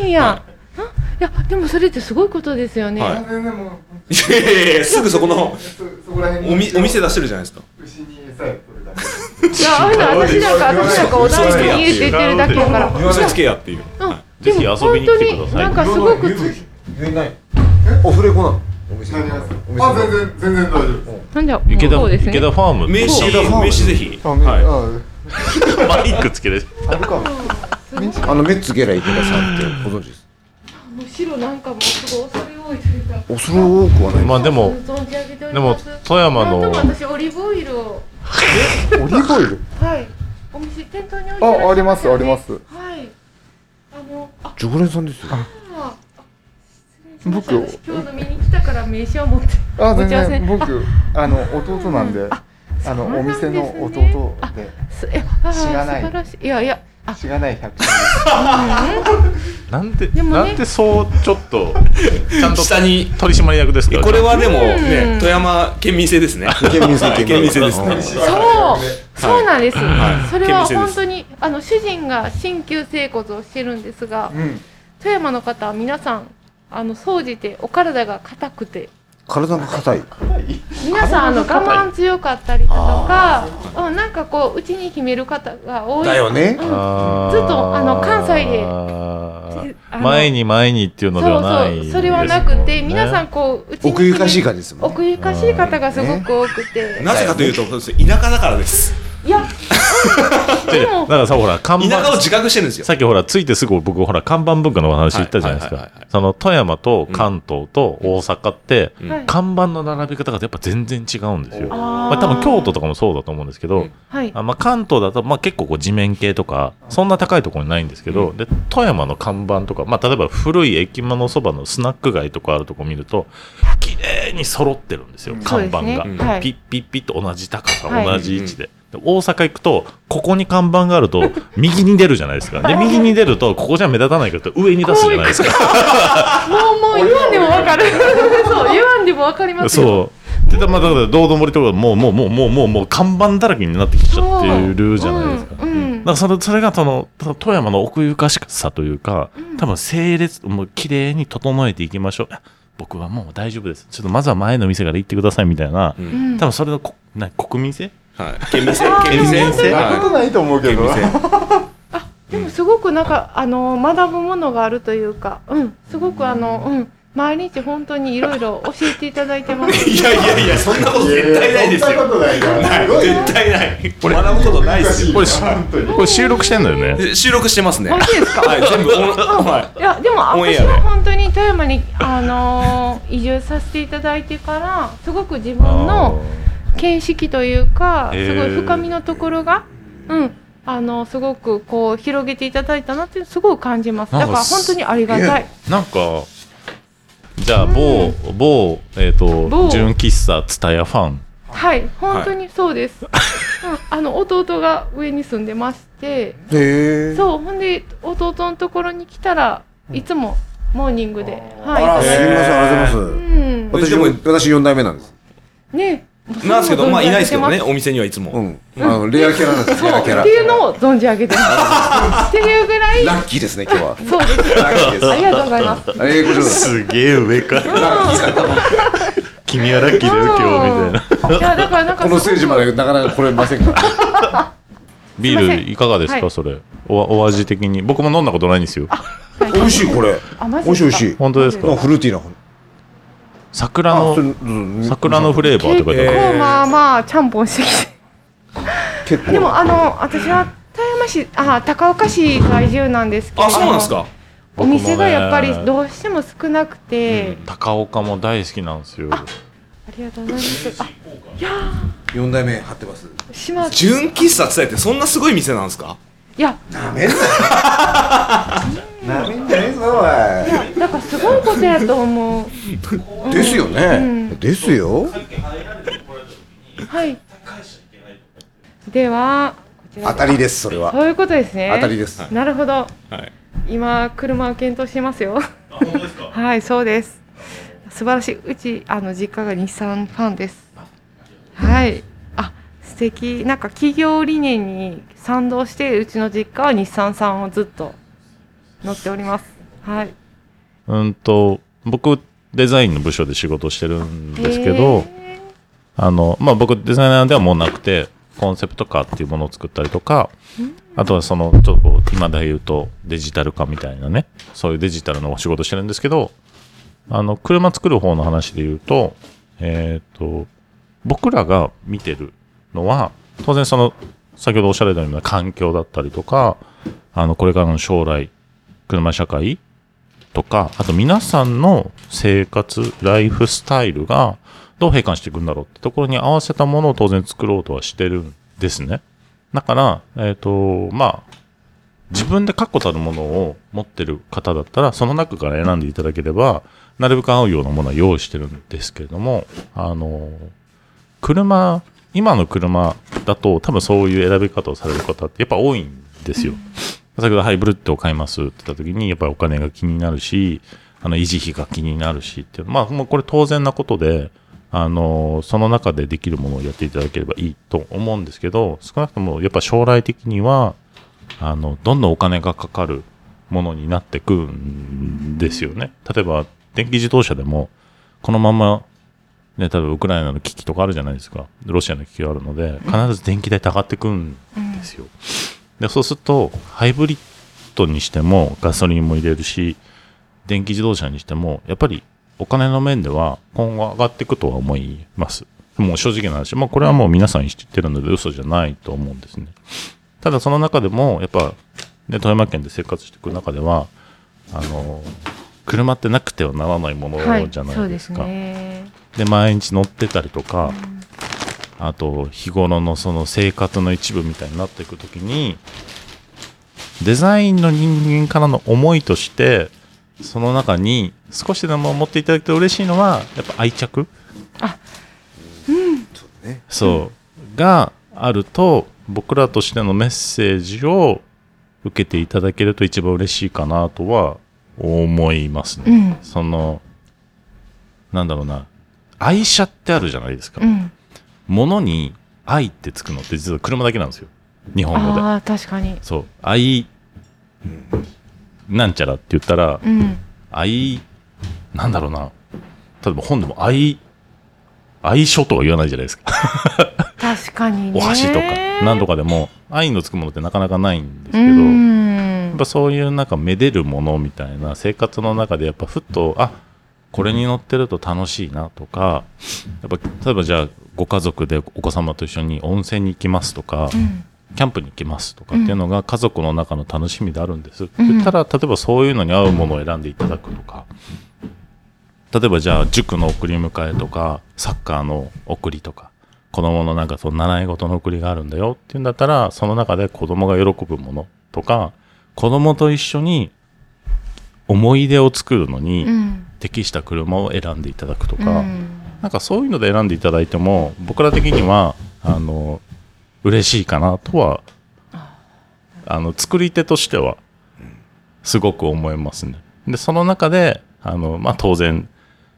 なんや、ないやでもそれってすごいことですよね、はいあ全然もういやいやいや、すぐそこの。そそこら辺におみお店出してるじゃないですか。牛に餌やっとるだけいや、あんな私なんか、私なんかお題して言って言ってるだけやから。言わせつけやっていう。はうんでもぜひ遊びに来てください本当になんかすごくつ、言えないオフレコなのお店何がですおかあ店全然全然大丈夫でなんだよ、池田そうですね。池田ファーム。い。名刺、池田ファーム名刺ぜひ。あめはマイクつけて。ああるかすごいあのメッツゲラ池田さんってご存知ですむしろなんかもうすごい恐れ多いというか。恐れ多くはないまあでも存じ上げておりでもます富山なんとのも私オリーブオイルオを、リーブオイルはい、お店店頭に置いてらっしゃいよねあ、あります、ありま。す。はい。あの、あ、常連さんですよあ失礼しました私今日飲みに来たから名刺を持って。あ、持全ち合わせ然、僕、あの、弟なんで、あの、そうなおんです店ねの弟で、すえあー知らない素晴らしい。いやいや、あ、しがない百なんででもねなんでそうちょっとちゃんい。と下に。取締役ですから。これはでもうねん、富山県民性ですね。県民性はい県民性ですね。すそう、そうなんです。はいそれ県民は性です本当に、あの主人が鍼灸整骨をしてるんですが、ん富山の方は皆さん。あの総じてお体が硬くて体が硬い。皆さんあの我慢強かったりだとか、うん、なんかこううちに秘める方が多いだよねうんあーずっとあの関西であの前に前にっていうのではないそうそうそれはなくて、皆さんんこううちに奥ゆかしい感じですもんね。奥ゆかしい方がすごく多くて、なぜかというと、そうです田舎だからです。いや ででだもからさほら看田舎を板自覚してるんですよ。さっきほらついてすぐ僕ほら看板文化のお話言ったじゃないですはいはいはいかはいその富山と関東と大阪ってうんはい看板の並び方がやっぱ全然違うんですよあーまあ多分京都とかもそうだと思うんですけうどんはいあまあ関東だとまあ結構こう地面系とかそんな高いところにないんですけどうで富山の看板とかまあ例えば古い駅間のそばのスナック街とかあるとこ見ると綺麗に揃ってるんですよ看板がそうですうんねはい、ピッピッピッと同じ高さ、はい同じ位置で。で大阪行くと、ここに看板があると、 右に出るじゃないですか。で、右に出ると、ここじゃ目立たないけど、上に出すじゃないですか。もうもう言わんでも わかるそう言わんでもわかりますよそう。で、まあ、だから、道頓堀とか、もう、もう、もう、もう、もう、もう、看板だらけになってきちゃってるじゃないですか。うんうんだからそれそれがそのただ富山の奥ゆかしさというか、多分整列もう綺麗に整えていきましょういや僕はもう大丈夫ですちょっとまずは前の店から行ってくださいみたいな、ううんん多分それのこな国民性はい。県民性、県民性。なことないと思うけど。でもすごくなんかあの学ぶものがあるというか、うん、すごくあの、うん、毎日本当にいろいろ教えていただいてま す。いやいやいや、そんなこと絶対ないですそんなよ。ことないから。すごいね。絶対ない。学ぶことないですよ。これし本当に。これ収録してんだよね。で収録してますね。マはジですか。い、全部オン、はいやでもオンエ私アでは本当に富山にあのー移住させていただいてからすごく自分の見識というかへーすごい深みのところが、うんあのすごくこう広げていただいたなってすごい感じます。なんだかから本当にありがたい。なんか、じゃあ、某、某、えっ、と、某純喫茶、ツタヤファン。はい本当にそうです。うん、あの弟が上に住んでまして。へえ。そう、ほんで、弟のところに来たら、いつもモーニングで、はい。あら、すみません、へーありがとうござういん。ます。私でもよ、私四代目なんです。ね。なんですけど、まあいないですけどね、そお店にはいつうも。ん。あの、レアキャラなんです、レうアキャラって。いうのを存じ上げてます。っていうぐらい、ラッキーですね、今日は。そうです。ラッキーです。ありがとうございます。ありがとうございます。すげえ上から。君はラッキーだよ、今日、みたいな。うんいや、だからなんか、このステージまでなかなか来れませんから。ビすいまーせルんいかがですか、はいそれお。お味的に。僕も飲んだことないんですよ。はい美味しい、これ。あマジ美味しい、美味しい。本当ですなんかかフルーティーな感じ。桜のそれ、うん桜のフレーバー結とかで。構まあまあ、ちゃんぽんしてきて。結構。でも、あの、私は、富山市、あ、高岡市在住なんですけど。あ、そうなんですか。お店がやっぱりどうしても少なくて、高岡も大好きなんですよ。ありがとうございます。あ、四代目張ってます。島津純喫茶伝えてそんなすごい店なんですかいや、なめんなよ。なめんじゃねえぞ、おい。なんかすごいことやと思う。ですよね。んですよ。はい。では、こちら当たりです、それは。そういうことですね。当たりです。なるほど。はい。今、車を検討してますよ。 はい、そうです。素晴らしい。うち、あの、実家が日産ファンです。はい。あ、素敵。なんか企業理念に賛同して、うちの実家は日産さんをずっと乗っております。はい。うんと、僕、デザインの部署で仕事してるんですけど、へーあの、まあ、僕デザイナーではもうなくて、コンセプトカーっていうものを作ったりとか、あとはその、ちょっとこう、今で言うとデジタル化みたいなね、そういうデジタルのお仕事してるんですけど、あの、車作る方の話で言うと、えっ、と、僕らが見てるのは、当然その、先ほどおっしゃられたような環境だったりとか、あの、これからの将来、車社会とか、あと皆さんの生活、ライフスタイルがどう変換していくんだろうってところに合わせたものを当然作ろうとはしてるんですね。だから、えっ、と、まあ、自分で確固たるものを持ってる方だったら、その中から選んでいただければ、なるべく合うようなものは用意してるんですけれども、あの、車、今の車だと多分そういう選び方をされる方ってやっぱ多いんですよ。先ほどハイブリッドを買いますって言った時に、やっぱりお金が気になるし、あの、維持費が気になるしっていう、まあ、もうこれ当然なことで、あの、その中でできるものをやっていただければいいと思うんですけど、少なくともやっぱ将来的には、あの、どんどんお金がかかるものになってくんですよね。例えば、電気自動車でも、このまま、ね、例えばウクライナの危機とかあるじゃないですか。ロシアの危機があるので、必ず電気代高がってくんですよ。で、そうすると、ハイブリッドにしてもガソリンも入れるし、電気自動車にしても、やっぱりお金の面では今後上がっていくとは思います。もう正直な話。まあこれはもう皆さん知ってるので嘘じゃないと思うんですね。ただその中でも、やっぱ、ね、富山県で生活していく中では、あの、車ってなくてはならないものじゃないですか。そうですね。で毎日乗ってたりとか、あと日頃のその生活の一部みたいになっていくときにデザインの人間からの思いとしてその中に少しでも持っていただくと嬉しいのはやっぱ愛着そうね。そうがあると僕らとしてのメッセージを受けていただけると一番嬉しいかなとは思いますね。うんそのなんだろうな愛車ってあるじゃないですか。うん。物に愛ってつくのって実は車だけなんですよ。日本語で。ああ、確かに。そう。愛、なんちゃらって言ったらう、ん。愛、なんだろうな。例えば本でも愛、愛書とは言わないじゃないですか。確かにね。お箸とか、何とかでも、愛のつくものってなかなかないんですけど、うやんっぱそういうなんかめでるものみたいな生活の中でやっぱふっと、あ、これに乗ってると楽しいなとか、やっぱ例えばじゃあご家族でお子様と一緒に温泉に行きますとか、うんキャンプに行きますとかっていうのが家族の中の楽しみであるんです。って言ったら、例えばそういうのに合うものを選んでいただくとか、例えばじゃあ塾の送り迎えとか、サッカーの送りとか、子供のなんかその習い事の送りがあるんだよっていうんだったら、その中で子供が喜ぶものとか、子供と一緒に思い出を作るのうにん。適した車を選んでいただくとうか、んなんかそういうので選んでいただいても、僕ら的には、あの、嬉しいかなとは、あの、作り手としては、すごく思いますね。で、その中で、あの、まあ、当然、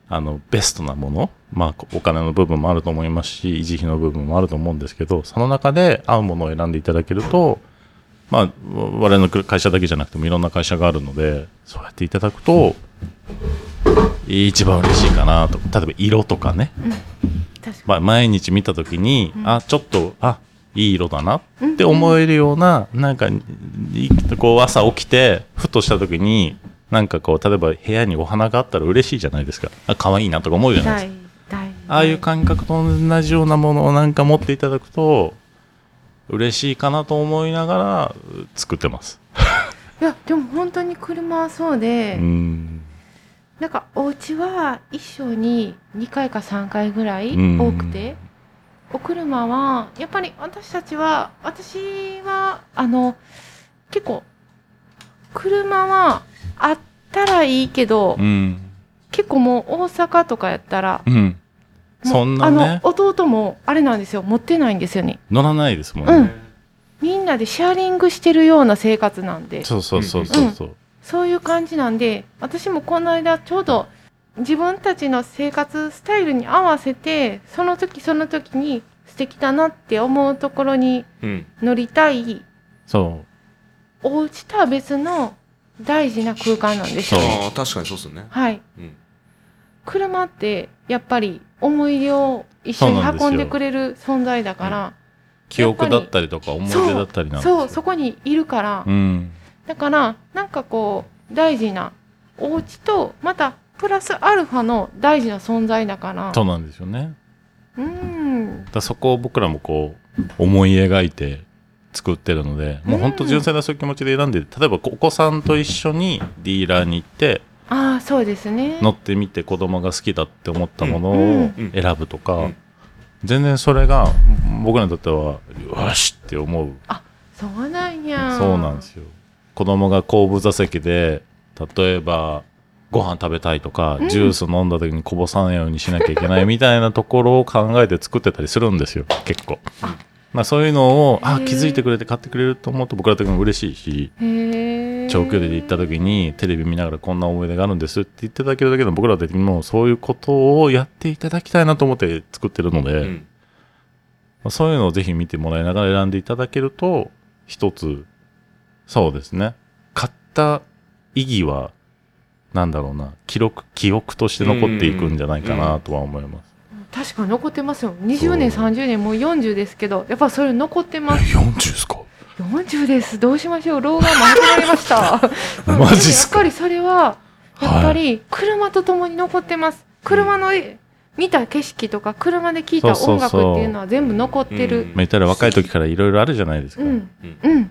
あの、ベストなもの、まあ、お金の部分もあると思いますし、維持費の部分もあると思うんですけど、その中で合うものを選んでいただけると、まあ、我々の会社だけじゃなくてもいろんな会社があるので、そうやっていただくと、一番嬉しいかなと。例えば色とかね。確かまあ、毎日見た時に、あちょっとあいい色だなって思えるような、なんかいこう朝起きてふとした時になんかこう例えば部屋にお花があったら嬉しいじゃないですかあ可愛いなとか思うじに。ゃないです大か大。ああいう感覚と同じようなものをなんか持っていただくと嬉しいかなと思いながら作ってますいや、でも本当に車はそううで、んなんかお家は一生に2回か3回ぐらいうん多くて、お車はやっぱり私たちは私はあの結構車はあったらいいけど、うん結構もう大阪とかやったら、うんもうそんなねあの弟もあれなんですよ持ってないんですよね乗らないですもんうんね、みんなでシェアリングしてるような生活なんでそうそうそうそうそうそういう感じなんで、私もこの間ちょうど自分たちの生活スタイルに合わせて、その時その時に素敵だなって思うところにうん。乗りたい、そうお家とは別の大事な空間なんですよね。ああ、確かにそうっすね。はい。うん車ってやっぱり思い出を一緒にそうなんですよ運んでくれる存在だから、記憶だったりとか思い出だったりなんですよそう、そこにいるから、うんだから、なんかこう、大事なお家と、また、プラスアルファの大事な存在だから。そうなんですよね。うーんだ。からそこを僕らもこう、思い描いて作ってるので、もう本当純粋なそういう気持ちで選んで、例えばお子さんと一緒にディーラーに行って、ああ、そうですね。乗ってみて子供が好きだって思ったものうんうをん選ぶとうかん、全然それが僕らにとっては、よしって思う。そうなんや。そうなんですよ。子供が後部座席で、例えば、ご飯食べたいとか、ジュース飲んだ時にこぼさないようにしなきゃいけないみたいなところを考えて作ってたりするんですよ、結構。まあそういうのを、あ、へえ気づいてくれて買ってくれると思うと僕ら的にも嬉しいし、へえ。長距離で行った時にテレビ見ながらこんな思い出があるんですって言っていただけるだけで僕ら的にもそういうことをやっていただきたいなと思って作ってるので、うん。まあ、そういうのをぜひ見てもらいながら選んでいただけると、一つ、そうですね。買った意義はなんだろうな、記録、記憶として残っていくんじゃないかなとは思います。確かに残ってますよ20年30年もう40ですけどやっぱそれ残ってます40ですか40ですどうしましょう老眼もなくなりましたマジっすかやっぱりそれはやっぱり車とともに残ってます車の見た景色とか車で聴いた音楽っていうのは全部残ってるまあ、言ったら若い時からいろいろあるじゃないですか。うんうん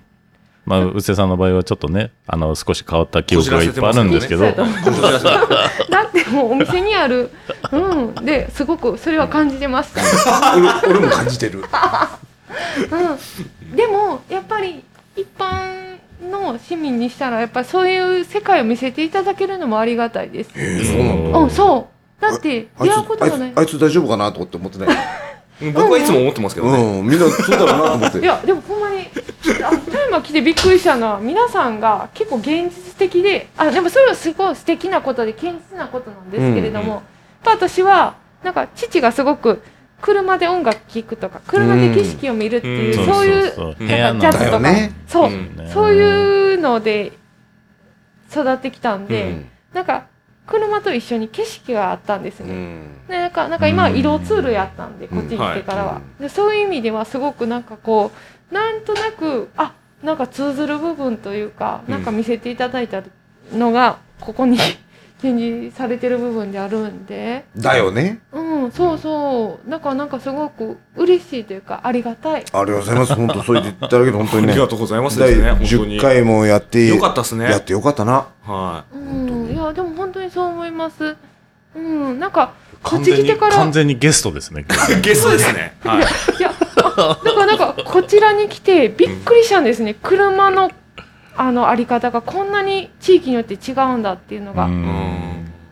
まあ、うせさんの場合はちょっとね、あの、少し変わった記憶がいっぱいあるんですけそうどや、と思うこちらさんだってもうお店にある、うん、ですごくそれは感じてます。俺俺も感じてる。うん、でもやっぱり一般の市民にしたらやっぱりそういう世界を見せていただけるのもありがたいです。えーそうなんだうんうん、そう。だってあい出つ会うことがないあ。いつあいつ大丈夫かなと思って思ってない。僕はいつも思ってますけどね。うん、みんなそうだろうなと思って。いやでもほんまにあ富山来てびっくりしたのは皆さんが結構現実的であでもそれはすごい素敵なことで堅実なことなんですけれども、うんうんやっぱ私はなんか父がすごく車で音楽聴くとか車で景色を見るっていう、うんそういう、そううん部屋のなんかだよね。そうう、んそういうので育ってきたんで、うんなんか車と一緒に景色があったんですうね。ん。でなんかなんか今は移動ツールやったんで、うんこっちに来てからは、はいでそういう意味ではすごくなんかこうなんとなくあなんか通ずる部分というか、うんなんか見せていただいたのがここに 展示されてる部分であるんでだよね。うんそうそうなんかなんかすごく嬉しいというかありがたいありがとうございます。本当そう言っていただけて本当あにりね。がとうございますです第ね。本当に。 10回もやって、よかったですね。やってよかったな。はう本ん当にいやでも本当にそう思いますうんなんかこっ完ち全来にてから完全にゲストですね。い。 ゲストですね。はい。いや、あなんか、なんか、こちらに来て、びっくりしたんですね。車の、あの、あり方が、こんなに地域によって違うんだっていうのうが。うんん。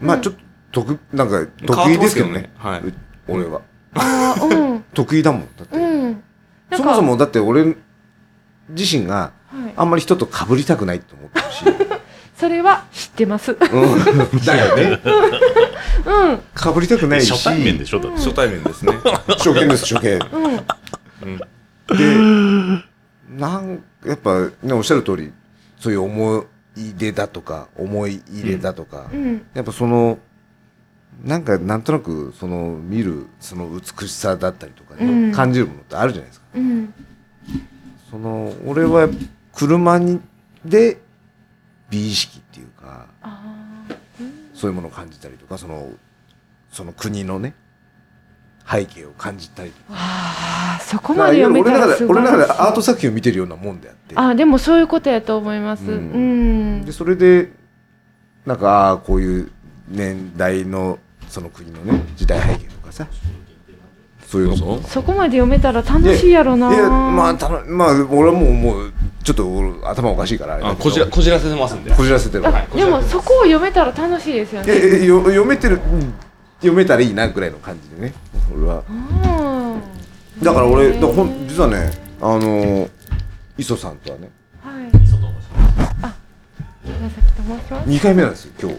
まあうんちょっと、得、なんか、変得わっ意てまですけどね。。はい。俺は。あーうん、得意だもん。だってうん。なんそかもそもだって俺自身がはいあんまり人と被りたくないと思ってるし。それは知ってます。うんだよね。うん、 被りたくないし。初対面でしょ、だって初対面です ね。初見です、初見。うん、うんなんやっぱね、おっしゃる通り、そういう思い出だとか、思い入れだとか、うん、やっぱその、なんかなんとなく、その見る、その美しさだったりとかね、うん感じるものってあるじゃないですか。うん、その、俺は車に、で、美意識っていうか、あそういうものを感じたりとか、その、その国のね、背景を感じたりとか。あー、そこまで読めただかららす俺ごのい中で、俺の中でアート作品を見てるようなもんであって。あー、でも、そういうことやと思います。ううんんで、それで、なんか、ああこういう年代の、その国のね、時代背景とかさ、そういうのも。そこまで読めたら楽しいやろないや、まあ、たのまあ、俺はもう、もう、ちょっと俺頭おかしいからあれだあけどこじら、こじらせてますんで。こじらせてる。あいいこちでらもですそこを読めたら楽しいですよやね。いやよ読めてる、うん読めたらいいな、ぐらいの感じでね、俺は。うん。はだから俺、だからほん実はね、あのー、磯さんとはね、い。あ、紫と申します。 2回目なんですよ、今日。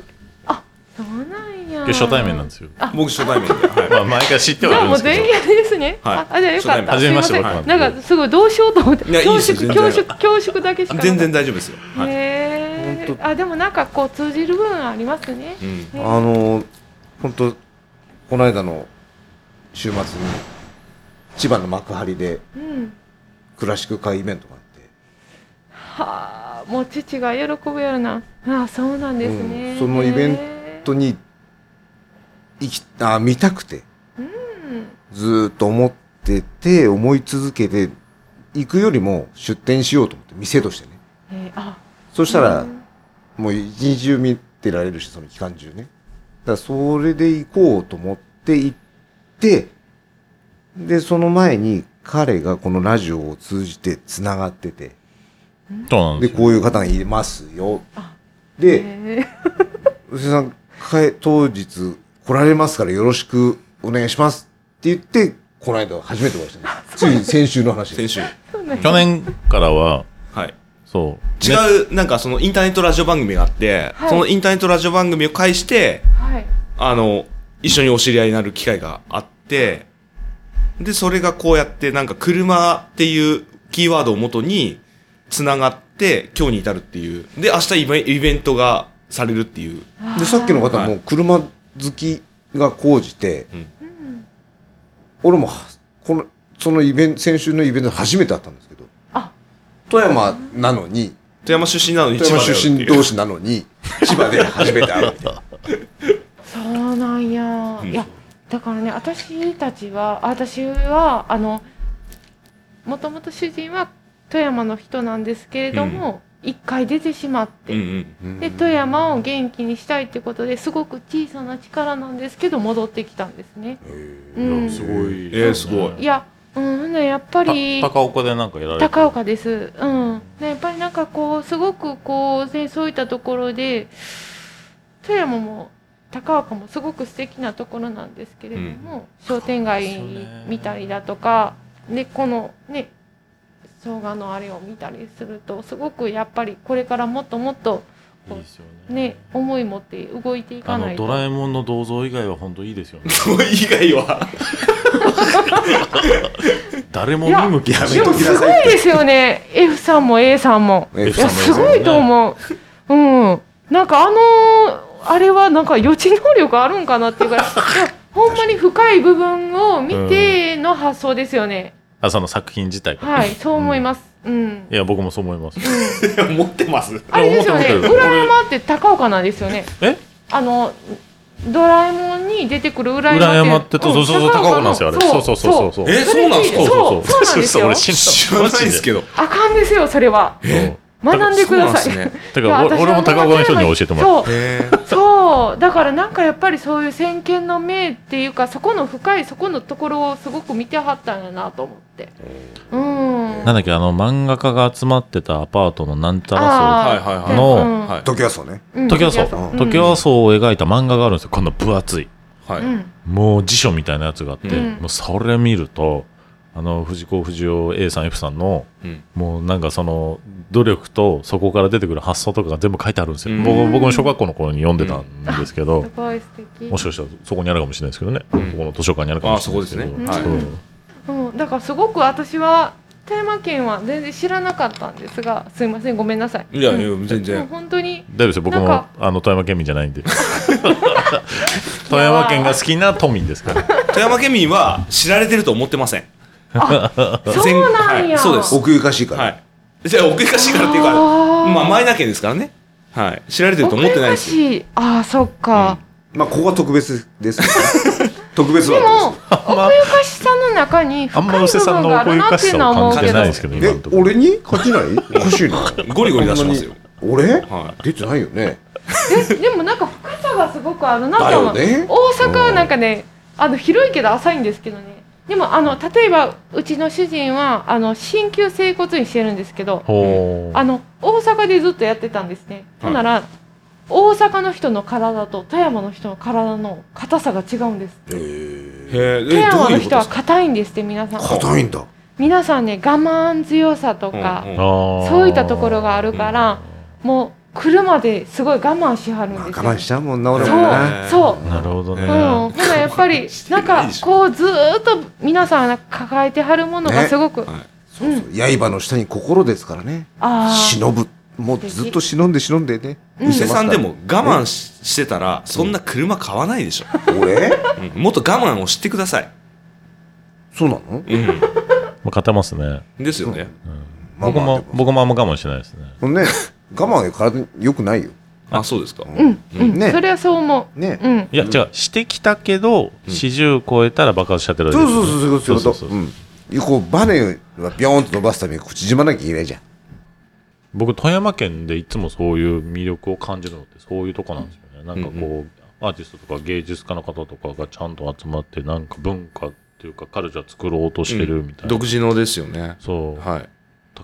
そうなんや。今日初対面なんですよ。僕初対面で。はい。まあ、毎回知ってじはいゃあるんもですうけど全。員ですね。はいあ、あじゃあよかった。初めましてすいせん僕はなんかすごいどうしようと思って。いやいい恐ですよ縮全恐然縮恐縮だけしかなかった。全然大丈夫ですよ。はい。へえ。あでもなんかこう通じる部分ありますね。うん。ねあのー、本当この間の週末に、千葉の幕張で、うん。クラシック会イベントがあって、はあ、もう父が喜ぶやろな。あ、そうなんですね。うんそのイベンへえ本当に行きあ見たくてうん。ずーっと思ってて思い続けて行くよりも出店しようと思って店としてねえーあ。そしたうらんもう一日中見てられるしその期間中ねだからそれで行こうと思って行ってでその前に彼がこのラジオを通じてつながっててそうなんでですよ。こういう方がいますよあで、へえ牛さん、かえ当日来られますからよろしくお願いしますって言って、この間初めてお会いしたんです。つい先週の話で先す。週。そうなんや去年からは、はい。そう。ね違う、なんかそのインターネットラジオ番組があって、はいそのインターネットラジオ番組を介して、はい。あの、一緒にお知り合いになる機会があって、で、それがこうやって、なんか車っていうキーワードをもとに、つながって、今日に至るっていう。で、明日イベイベントがされるっていう。で、さっきの方も車好きが高じて、うん俺もは、この、そのイベント、先週のイベントで初めて会ったんですけどあ、富山なのに、富山出身なのに富千葉だ山よって出いう身同士なのに、千葉で初めて会うみたいな。そうなんや。いや、だからね、私たちは、あ私は、あの、もともと主人は富山の人なんですけれども、一、回出てしまって、うん うん。 で、富山を元気にしたいってことですごく小さな力なんですけど、戻ってきたんですね。うん。すいごい。えーすごいや、うん、ねやっぱりた、高岡でなんかやられてる高岡です。うん。ね、やっぱりなんかこう、すごくこう、ね、そういったところで、富山も高岡もすごく素敵なところなんですけれども、商店街見たりだとか、ね、このね、生姜のあれを見たりすると、すごくやっぱりこれからもっともっといいですよね。ね、思い持って動いていあかなのいドと。ラえもんの銅像以外は本当いいですよね。それ以外は。誰も見向きやめでてもすごいですよね。F さんも A さんも。え F いや、すごいと思う。うん。なんかあのーあれはなんか予知能力あるんかなっ ていうか、いやほんまに深い部分を見ての発想ですよね。あその作品自体がはい、そう思います。うん。いや僕もそう思います持ってます。あれですよね、思ってる裏山って高岡なんですよね。えあの、ドラえもんに出てくる裏裏山って。山ってそうそうそう高岡なんですよあれそうそうそうそうそうえそうなんすかそれそう、そうなんそうで そすうよ俺。死 知んらなだいマジですけど。あかんですよ、それは。そう学んでください。そうなんですねだから いや俺俺も高岡の人に教えてもらっそうそうだからなんかやっぱりそういう先見の明っていうかそこの深いそこのところをすごく見てはったんやなと思ってうんなんだっけあの漫画家が集まってたアパートのなんたらはいはいはい。のうんはい。時はそうね。う層ん時はうそんう時はそうを描いた漫画があるんですよこんな分厚いはい。うんもう辞書みたいなやつがあって、うんもうそれ見るとあの藤子不二雄 A さん F さんの、うんもうなんかその努力とそこから出てくる発想とかが全部書いてあるんですよ、うん僕僕も小学校の頃に読んでたんですけど、すごい素敵もしかしたらそこにあるかもしれないですけどね、うんここの図書館にあるかもしれないですけどあそこですねはういんうん、だからすごく私は富山県は全然知らなかったんですがすいませんごめんなさいいやいうんや、全もう然。本当に大丈夫ですよ僕なんもかあの富山県民じゃないんで 富山県が好きな都民ですから富山県民は知られてると思ってません。そうなんはや、いそうです奥ゆかしいから。はい。じゃあ、奥ゆかしいからっていうか、あーまあ、前田県ですからね。はい。知られてると思ってないですよ。よああそっか、まあ、ここは特別です。 特別でもは奥ゆかしさの中にあん深まい布施部さん分のがあ奥るゆなかってしいうさのはを思う感じけてどないですけど今のと特別。え、ころ俺に勝ちないおかしいな。ゴリゴリ出してますよ。俺は出てないよね。えでもなんか深さがすごくあるなだと思よう、ね。大阪はなんかねあの広いけど浅いんですけどねでもあの例えばうちの主人はあの鍼灸整骨院してるんですけどほうあの大阪でずっとやってたんですね、ほんなら大阪の人の体と富山の人の体の硬さが違うんですへえ、えどういうこ富山のと人ではすか硬いんですって皆さん硬いんだ。皆さんね我慢強さとか、うんうんあーそういったところがあるから、もう車ですごい我慢しはるんまあですよ。我慢しちゃうもんな、俺もな。そう、そう。なるほどね、うん、ほんならやっぱりなんかこうずーっと皆さんが抱えてはるものがすごく、ねそうそう刃の下に心ですからね。ああ忍ぶ。もうずっと忍んで忍んでね。うん伊勢さんでも我慢ししてたら、そんな車買わないでしょ。俺うんもっと我慢をしてください。そうなのうん。まあ、勝てますねですよね。まあ僕まあも、で僕もあんま我慢しないですね。もね、我慢が体に良くないよ。あ、そうですか。うんうん、ねそれはそう思う、ね。うん、いや、違う、してきたけど、40超えたら爆発しちゃってるそうそうそう、そういうことそういうこと。そううん。こう、バネはビョーンと伸ばすために縮まなきゃいけないじゃん。僕、富山県でいつもそういう魅力を感じるのって、そういうとこなんですよね。なんかこう、うアーティストとか芸術家の方とかがちゃんと集まって、なんか文化っていうか、カルチャー作ろうとしてるみたいな。独自のですよね。そう、はい。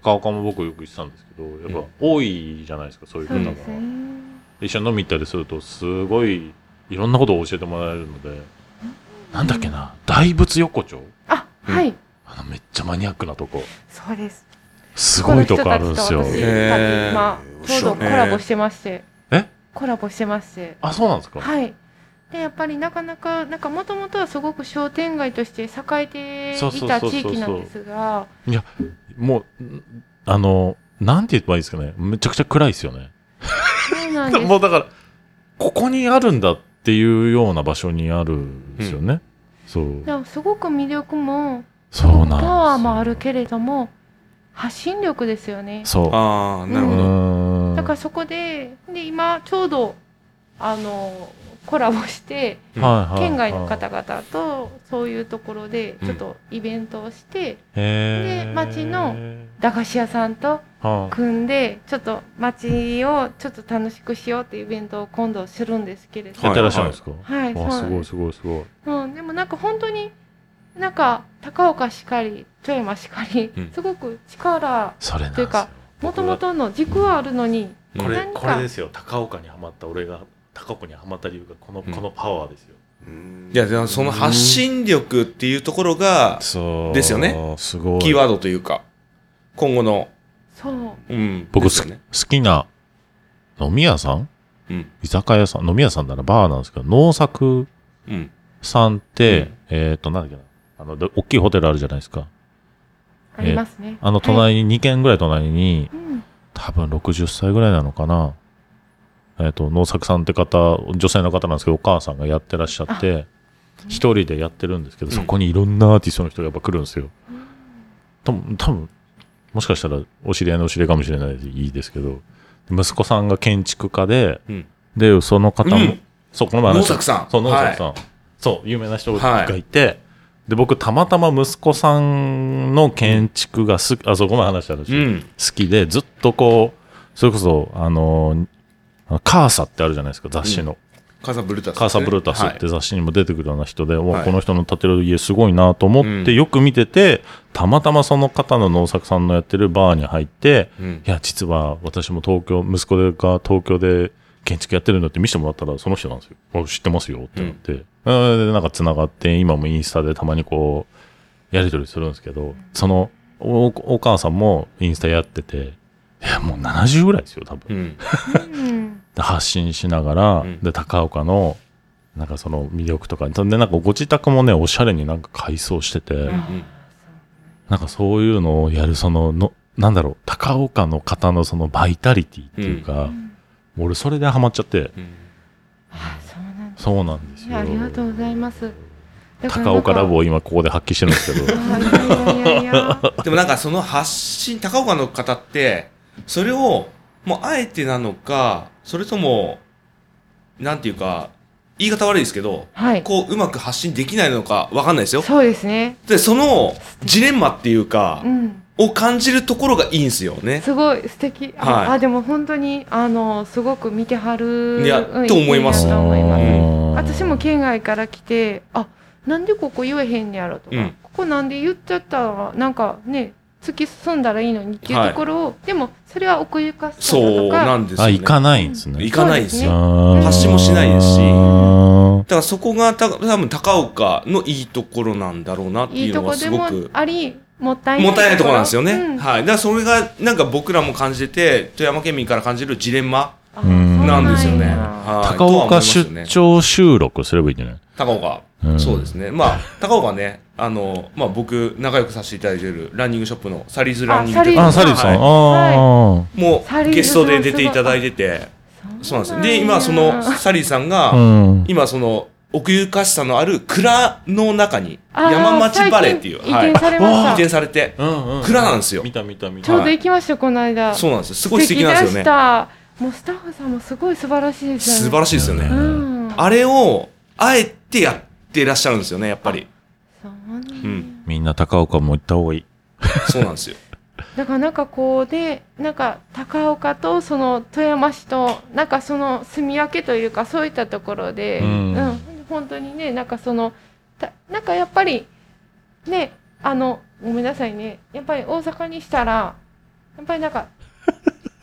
高岡も僕よく行ってたんですけど、やっぱ多いじゃないですか、そういうそ方うが。ですね、一緒に飲み行ったりするとすごいいろんなことを教えてもらえるので、なんだっけな大仏横丁あはい、あのめっちゃマニアックなとこそうですすすごいとこあるんですよ私へーたち今ちょうどコラボしてましてえコラボしてましてあそうなんですか、はい。でやっぱりなかなかなんかもともとはすごく商店街として栄えそうてそそういうたそうそう地域なんですが、もうんあのなんて言えばいいですかねめちゃくちゃ暗いですよねうそうなんですもうだから、ここにあるんだっていうような場所にあるんですよね。でそう。もすごく魅力もそうなんですよパワーもあるけれども発信力ですよねそう。ああ、なるうほど。ーんだからそこでで今ちょうどあのコラボしてはいはい県外の方々とそういうところでちょっとイベントをしてでで町の駄菓子屋さんと組んでちょっと街をちょっと楽しくしようっていうイベントを今度するんですけれどはやっもてらっしゃるんですか、はい、そうわなすんですごいすごいすごい。うん、でもなんか本当になんか高岡しかり富山しかり、うんすごく力それなんとでいすうかもともとの軸はあるのに、うんこれ何かこれですよ高岡にはまった俺が高岡にはまった理由がこの,、うんこのパワーですよいや、でもその発信力っていうところが、そう。ですよね。すごい。キーワードというか、今後の、そううん。僕で好すき,、よね。好きな飲み屋さんうん。居酒屋さん飲み屋さんならバーなんですけど、農作うん。さんって、うんえっ、と、なんだっけな。あの、で大きいホテルあるじゃないですか。ありますね。あの、はい、隣に、2軒ぐらい隣に、うん、多分60歳ぐらいなのかな。えっ、と、農作さんって方、女性の方なんですけど、お母さんがやってらっしゃって、一人でやってるんですけど、うんそこにいろんなアーティストの人がやっぱ来るんですよ。多分、多分もしかしたらお知り合いのお知り合いかもしれないでいいですけど、息子さんが建築家で、うんで、その方も、うんそう、この前農話した作さん。そう、農はい作さん、そう、有名な人がいて、で、僕、たまたま息子さんの建築がす、あ、そう、この前話したんですよ。うん好きで、ずっとこう、それこそ、あの、カーサってあるじゃないですか、雑誌の。カサブルータスですね、カーサブルータスはっいて雑誌にも出てくるような人で、おはいこの人の建てる家すごいなと思っうてんよく見てて、たまたまその方の農作さんのやってるバーに入って、うんいや、実は私も東京、息子が東京で建築やってるのって見せてもらったら、その人なんですよ。あ知ってますよってなって。うん、でなんか繋がって、今もインスタでたまにこう、やりとりするんですけど、そのお、お母さんもインスタやってて、いや、もう70ぐらいですよ、多分。うん。うんで発信しながら、うんで高岡のなんかその魅力とかでなんかご自宅もねおしゃれになんか改装してて、うんなんかそういうのをやるそののなんだろう高岡の方のそのバイタリティっていうか、もう俺それでハマっちゃってうんあそうなんですそうなんですね。よありがとうございます。だから高岡ラボなんかを今ここで発揮してるんですけどあいやいやいや いや。でもなんかその発信、高岡の方って、それを、もうあえてなのか、それとも、なんていうか、言い方悪いですけど、はい。こううまく発信できないのかわかんないですよ。そうですね。で、そのジレンマっていうかう、ん。を感じるところがいいんですよね。すごい素敵。あ、はいあでも本当にあのすごく見てはる。いやうんと思いますなと思います。うん私も県外から来てあなんでここ言えへんねやろとか、うんここなんで言っちゃったらなんかね突き進んだらいいのにっていうところを、でもそれは奥ゆかしさだそうとなかんですよ、あね。行かないんですね行かないんですよ。そあー発信もしないですしうんだからそこがた多分高岡のいいところなんだろうなっていいいうのとがこすでごもく。ありもったいないもったいないところなんですよね。うんはい。だからそれが、なんか僕らも感じてて、富山県民から感じるジレンマあうんなんですよそうね。なんやはい高とは思いま岡すよね出張収録すればいいんじゃない高岡、うんそうですね。まあ、高岡ね、あの、まあ僕、仲良くさせていただいているランニングショップのサリーズランニングあというあ、サリーズさん。はいああ、もサうリーズゲストで出ていただいてて、そうなんですよ。で、今そのサリーさんが、うん。今その奥ゆかしさのある蔵の中に、あー山町バレーっていう、最近移転されました移転されて、うんうん蔵なんですよ見た見た見ちょうたど行きましたよこの間そうなんですよ。すごい素敵なんですよ素敵でね。したもうスタッフさんもすごい素晴らしいですよね素晴らしいですよね。うんあれを、あえてやってらっしゃるんですよね、やっぱり。そうね、うんみんな高岡も行った方がいい。そうなんですよ。だからなんかこうでなんか高岡とその富山市となんかその住み分けというかそういったところで、うん本当にねなんかそのたなんかやっぱりねあのごめんなさいねやっぱり大阪にしたらやっぱりなんか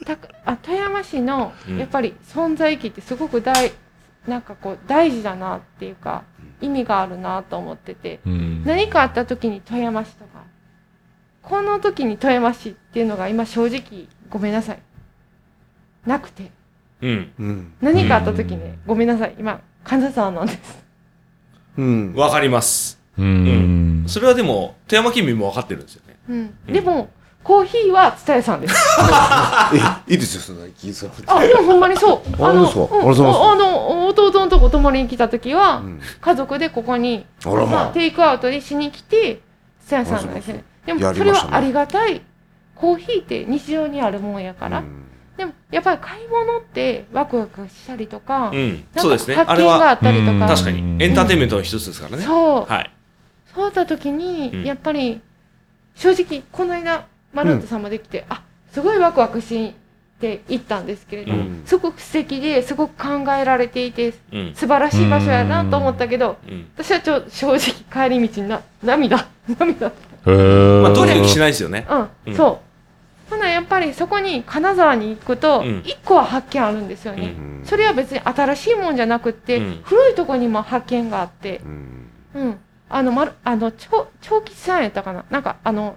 たあ富山市のうんやっぱり存在意義ってすごく大なんかこう大事だなっていうか意味があるなと思ってて。うん何かあった時に富山市とか、この時に富山市っていうのが今正直ごめんなさい。なくて。うん。うん。何かあった時にうんごめんなさい。今、金沢なんです。うん。わかります。うん。それはでも、富山県民もわかってるんですよね。うん。うんでも、コーヒーは蔦屋さんです。えいいですよ、そんな気づかなくてあ、でもほんまにそう。あの、そうですかうんありがとうございますあの、弟のとこ泊まりに来た時は、うん家族でここに、あらまあテイクアウトでしに来て、蔦屋さんなんですね。でも、やりそまれしたねはありがたい。コーヒーって日常にあるもんやから。うんでも、やっぱり買い物ってワクワクしたりとか、うん。なんかそうですね。あ発れ見があは、ったりとうんか。確かに、エンターテインメントの一つですからね。そう。はい。そうだ時に、うんやっぱり、正直、この間、マルットさんもできて、あ、すごいワクワクして行ったんですけれど、うんすごく素敵で、すごく考えられていて、うん。素晴らしい場所やなと思ったけど、うん。私はちょ正直帰り道にな、涙、 涙。へえ。まあ、ドキドキしないですよね。ううんん、そう。ほな、やっぱりそこに金沢に行くとうん、一個は発見あるんですようね。ん。それは別に新しいもんじゃなくって、うん古いとこにも発見があって、うんうん。あの、まる、あの、長、長吉さんやったかななんか、あの、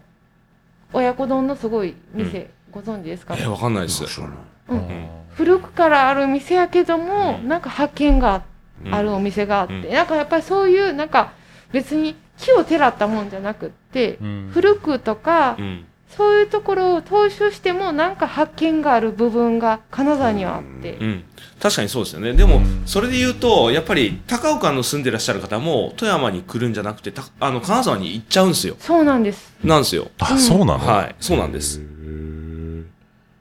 親子丼のすごい店、ご存知ですかえ、わかんないです。うんん古くからある店やけども、うんなんか発見がうんあるお店があって、うんなんかやっぱりそういう、なんか、別に木をてらったもんじゃなくって、うん古くとかう、ん。そういうところを踏襲しても、なんか発見がある部分が金沢にはあってう、ん。確かにそうですよね。でも、それで言うと、やっぱり、高岡の住んでらっしゃる方も、富山に来るんじゃなくて、たあの、金沢に行っちゃうんですよ。そうなんです。なんですよ。あ、そうなの、はい。そうなんです。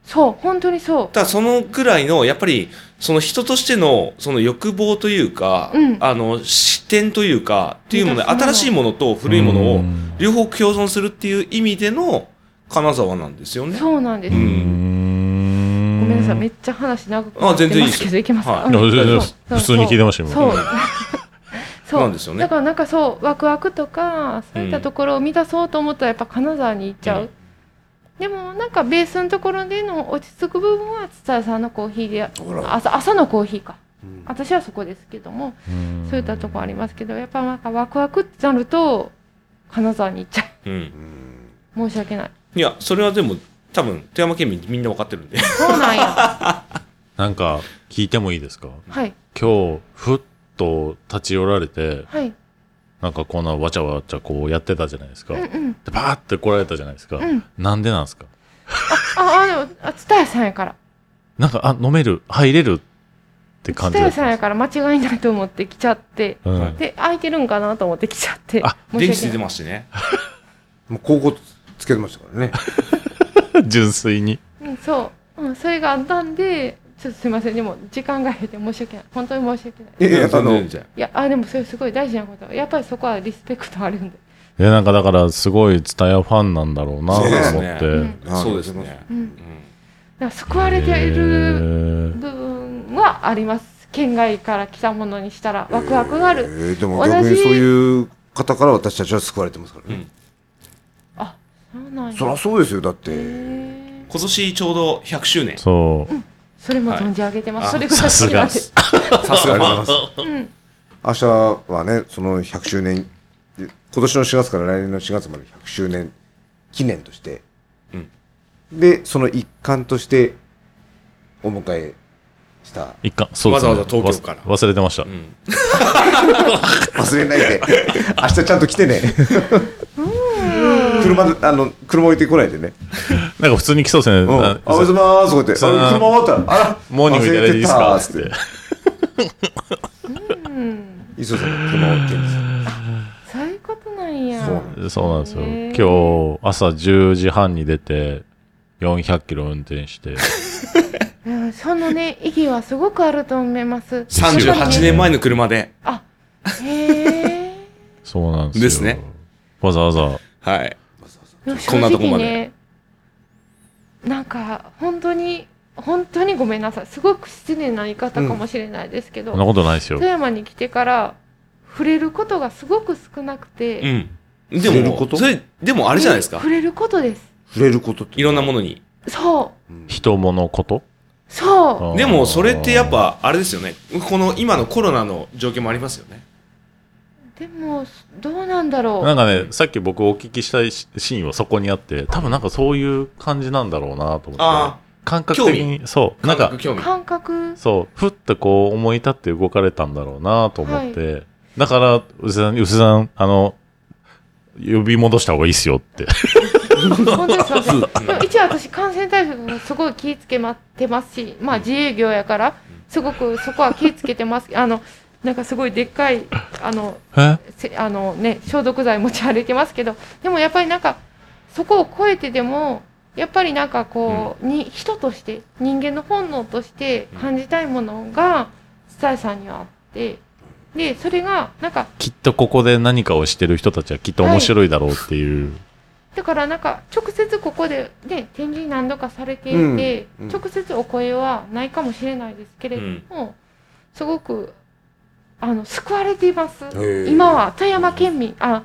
そう、本当にそう。ただそのくらいの、やっぱり、その人としての、その欲望というか、うんあの、視点というか、っていうもので、うん新しいものと古いものうをん、両方共存するっていう意味での、金沢なんですよね。そうなんです。うんうんごめんなさい、めいっちゃ話長くあ全然いいですけど、いけますかはいや全然うんです普通に聞いてましたよそう。 そうなんですよねだからなんかそう、ワクワクとか、そういったところを満たそうと思ったらやっぱ金沢に行っちゃう。うんでもなんかベースのところでの落ち着く部分は、つたさんのコーヒーで、ほら朝朝のコーヒーか。うん私はそこですけども、そういったところありますけど、やっぱなんかワクワクってなると、金沢に行っちゃうん。う。申し訳ない。いや、それはでも、多分、富山県民みんなわかってるんで。そうなんや。なんか、聞いてもいいですかはい。今日、ふっと立ち寄られて、はい。なんかこんなわちゃわちゃこうやってたじゃないですか。うんで、うん。バーって来られたじゃないですかうん。なんでなんですかあ、あ、でも、つたさんやから。なんか、あ、飲める、入れるって感じ蔦だ屋ったさんやんですから間違いないと思って来ちゃって、うんで空いてるんかなと思って来ちゃってあ電気ついてまましてね。もう高校つけてましたからね。純粋に。すうんそう、うん、それがあったんでちょっとすいませんでも時間が減って申し訳ない本当に申し訳ないいやいや、全あ然の全、然いやあでもそれすごい大事なことやっぱりそこはリスペクトあるんでいや、なんかだから、すごい蔦屋ファンなんだろうなとそうですね思っうてん。あそうですね。うんうんだから救われていへるー部分はあります県外から来たものにしたらワクワクがあえる、ーでも逆にそういう方から私たちは救われてますからうねん。あそうなんやそりゃそうですよ、だって。へええ今年ちょうど100周年。そう。それも存じ上げてます、はいそれぐらい好きなんでささすありががとうございます。うん明日はね、その100周年、今年の4月から来年の4月まで100周年記念として、うんで、その一環としてお迎えした。一貫、そうですねわざわざ東京からわ忘れてました。うん忘れないで。明日ちゃんと来てね。車で、あの、車置いてこないでね。なんか普通に来そうですね。うん。あ、おはようございまなすとか言って、そんなあ車終わったら、あら、モーニングいただいていいですか忘れてたつってうん磯さんの車を置いてるんですよそういうことなんや。そうなんで そうなんですよ。へー今日、朝10時半に出て、400キロ運 転して。うんそのね、意義はすごくあると思います。 38年前の車で。あ、へ え。そうなんですよ。ですね。わざわざ。はい。正こんなとこま直でね、なんか、本当に、本当にごめんなさい。すごく失礼な言い方かもしれないですけど、そんなことないですよ富。山に来てから、触れることがすごく少なくて、うん。で触れるこも、とそれ、でもあれじゃないですか触。れることです。触れることって。いろんなものに。そうん人物ことう、そでも、それってやっ、ぱ、あれですよね。この今のコロナの状況もありますよね。う。でも、どうなんだあーなろんかね、さっき僕お聞きしたいシシーンはそこにあって、多分なんかそういう感じなんだろうなと思ってあ。感覚的に、そう。なん感か覚、興う。味。感覚、そう、ふっとこう思い立って動かれたんだろうなと思って、だから、うせさん、うせさん、あの、呼び戻した方がいいっすよって。本当にすいません。でも一応私感染対策もすごい気をつけまってますし、まあ自営業やからすごくそこは気をつけてます。あのなんかすごいでっかいあのえせあのね消毒剤持ち歩いてますけど、でもやっぱりなんかそこを超えてでもやっぱりなんかこう、に人として人間の本能として感じたいものがスタイさんにはあって、でそれがなんか きっとここで何かをしてる人たちはきっと面白いだろうっていう。だからなんか直接ここでね展示何度かされていて、うんうん直接お声はないかもしれないですけれども、すごくあの救われていますー今は富山県民あ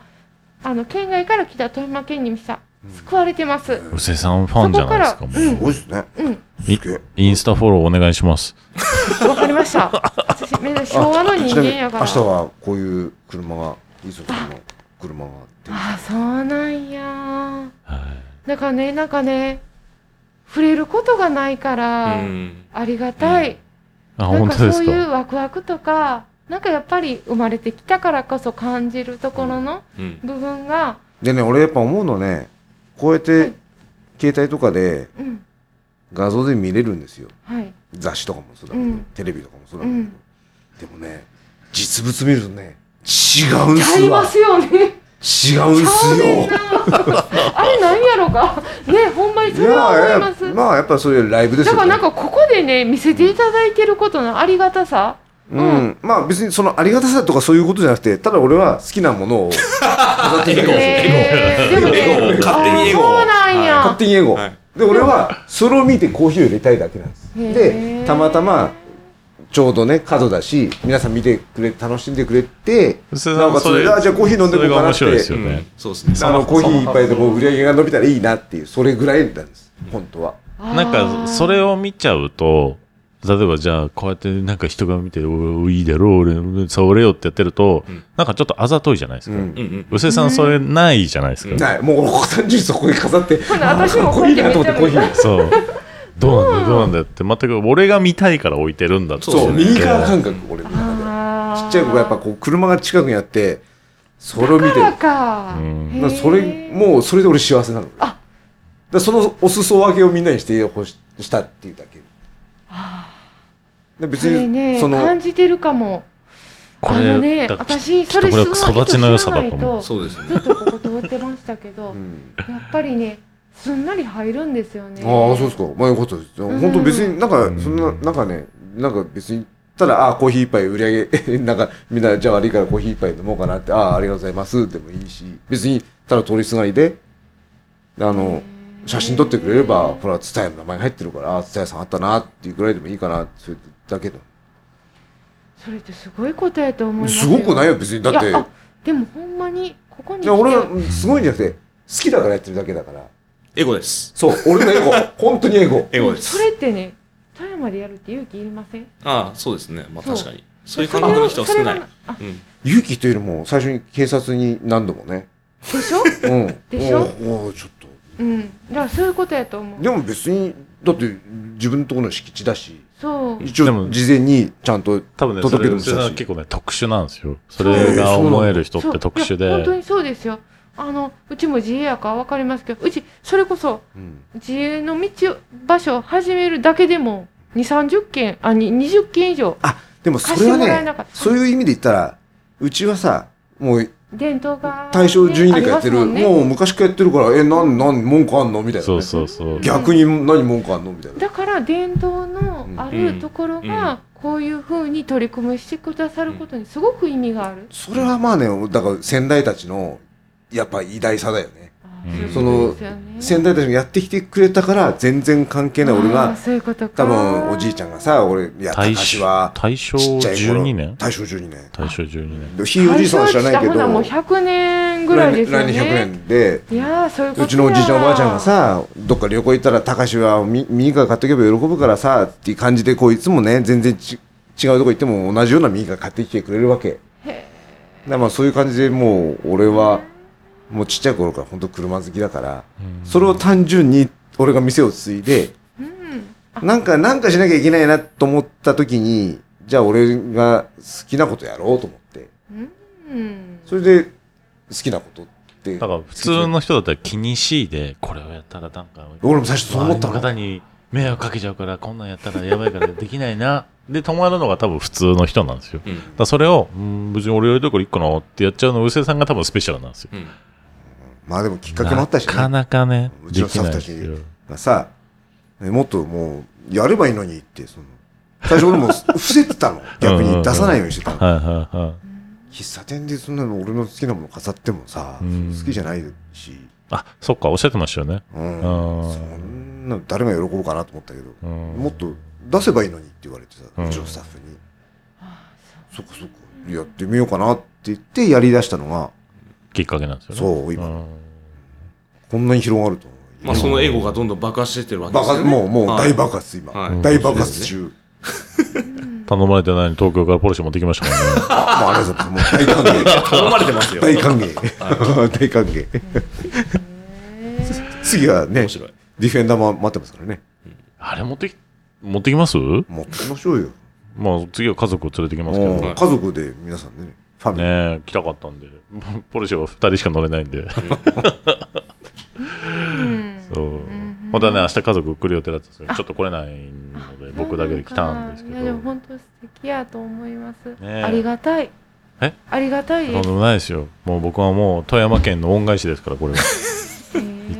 あの県外から来た富山県民さ救われてます、うせ、さんファンじゃないですか、そこもからう。すごいですね。うんすげえ。インスタフォローお願いします。わかりました 私め昭和の人ちな間みに明や日からはこういう車が、磯さんの車が出てああそうなんやはだからねなんかね触れることがないから、うんありがたい、い。あ、なん本か当でそすういうか。ワクワクとか、なんかやっぱり生まれてきたからこそ感じるところのうん部分が、でね、俺やっぱ思うのね、こうやって携帯とかでうん、画像で見れるんですよ。はい、雑誌とかもそうだうけど、んテレビとかもそうだうけど、ん。でもね、実物見るとね、違うんちゃすいわま。すよね。 違うんすちゃうねんよ。なあれ何やろか。ね、ほんまにそいれはや思いいまやす。まあやっぱそういうライブですだよ、ね。からなんかここでね、見せていただいてることのありがたさ。う、うんまあ別にそのありがたさとかそういうことじゃなくて、ただ俺は好きなも のを飾っていくだけですよねで もね、エゴ勝手にエあゴそうなん勝や。手にエゴ。はいで、俺はそれを見てコーヒーを入れたいだけなんです。へーで、たまたま、ちょうどね、角だし、皆さん見てくれ、楽しんでくれて、うせなおさん、かつ、それ、あ、じゃあコーヒー飲んでこうかなっそれが面白いですてよ。うねんそうですね。あのコーヒー一杯でも売り上げが伸びたらいいなっていう、それぐらいなんです、本当は。なんか、それを見ちゃうと、例えばじゃあ、こうやってなんか人が見て、おいいだろう、俺、俺触れよってやってると、うんなんかちょっとあざといじゃないですうか。んう。んうん。うせさん、それないじゃないですか。ない、もうお子さん中そこに飾って、ほな私もあーかっこいいなと思ってコこーうヒやっー。そう。どうなんだよ、どうなんだよって、全く俺が見たいから置いてるんだって。そうそう、ですね右側感覚、俺の中で。ちっちゃい子がやっぱこう車が近くにあってそれを見てるだからかうんだからそれもうそれで俺幸せなのだからそのお裾分けをみんなにしてほししたっていうだけで別それにねその感じてるかもこあれのねだ私きっそとれこすれごはい育ちの良さだと人知ら思。ないうそうですね。ずっとここ通ってましたけうどんやっぱりねすんなり入るんですよねああそうですかまあよかったです本当別になんかそんななんかねなんか別にただああコーヒー一杯売り上げ なんかみんなじゃあ悪いからコーヒー一杯飲もうかなってああありがとうございますでもいいし別にただ通りすがりであの写真撮ってくれれば、ほら、ツタヤの名前が入ってるから、あ、ツタヤさんあったなっていうぐらいでもいいかな、それだけど。それってすごいことやと思いますすごくないよよ、別に。だって、いやあでもほんまにここに来いてや俺はすごいんじゃなくて、好きだからやってるだけだから。エゴです。そう、俺のエ ゴ。本当にエゴ。エゴでそす。れってね富山でやるって勇気いりませんああ、そうですね。まあそう確かに。そういう感覚の人は少ないそれ。がうん。勇気というよりも、最初に警察に何度もね。あでしょうん。でしょおおちょっと。うんだからそういうことやと思うでも別に、だって、自分のところの敷地だし、そう一で応、も事前にちゃんと多分ね、そ届けてれ、うもしせさたんし。結構ね、特殊なんですよ。それが思える人っそうて特殊いや本当で。にそうですよあのうちも自営やから分かりますけどうちそれこそうん自営の道を場所を始めるだけでも2三3 0件あに20件以上でもそ貸しれはてもらえね、なかった、そういう意味で言ったら、うちはさ、もう伝統が、大正12年からやってある、りますもんねもう昔からやってるから、え、なん、なん、文句あんのみたいなね。そうそうそう。逆に何文句あんのみたいな。だから伝統のあるところうんがこういうふうに取り組みしてくださることにすごく意味がある、それはまあね、だから先代たちの、やっぱ偉大さだよね。あうんーそそういのうことですよね先代たちがやってきてくれたから、全然関係ない俺あーが、そういうこと多か分おじいちゃんがさ、俺、いや、大私正は、大正ちっちゃい頃12年大正12年。大正12年。でひいおじいさんは知らないけど、大正ってほなもう100年ぐらいですよね来年100年で、いやーそういうことうちのおじいちゃんおばあちゃんがさ、どっか旅行行ったら、たかしはミミニカー買っておけば喜ぶからさ、っていう感じで、こういつもね、全然ち違うとこ行っても同じようなミニカー買ってきてくれるわけ。だからまあそういう感じでもう、俺は、もうちっちゃい頃から本当車好きだから、それを単純に俺が店を継いで、うんなんか、なんかしなきゃいけないなと思った時に、じゃあ俺が好きなことやろうと思って、うんそれで好きなことって。だから普通の人だったら気にしいで、これをやったらなんか、俺も最初そう思った周りのの。方に迷惑かけちゃうから、こんなんやったらやばいからできないな。で、止まるのが多分普通の人なんですよ。だうんからそれを、うーん、別に俺やりたいからいいかなってやっちゃうの、うせさんが多分スペシャルなんですよ。うんまあでもきっかけもあったしなかね。なかね、うちでのスきタッなフたいでちすよ。さ、もっともう、やればいいのにって、その、最初俺も伏せて たの。逆に出さないようにしてたの。はいはいはい。喫茶店でそんなの俺の好きなもの飾ってもさ、うん好きじゃないし、あ、そっか、おっしゃってましたよね。うん、あーそんなの誰が喜ぶかなと思ったけど、うんもっと出せばいいのにって言われてさ、うんうちのスタッフに、あそうそこそこやってみようかなって言ってやり出したのが、きっかけなんですよね。そう、う今、ん。こんなに広がると思う。まあそのエゴがどんどん爆発してってるわけで爆すよ発、ね。もう、もうはい大爆発、今。はい大爆発中。頼まれてないのに東京からポルシェ持ってきましたもんね。 あもうありがとうございます。もう大歓迎。頼まれてますよ。大歓迎。大歓迎。次はね面、白い。ディフェンダーも待ってますからね。あれ持ってき、持ってきます持ってきましょうよ。まあ次は家族を連れてきますけどもうね家族で皆さんでね、ファミリー。え来たかったんで ポルシェは2人しか乗れないんでうん そううん本当はね明日家族来る予定だったんですけどちょっと来れないあので僕だけで来たんですけどいやでも本当素敵やと思います、えありがたいえありがたいとんでもないですよもう僕はもう富山県の恩返しですからこれはいい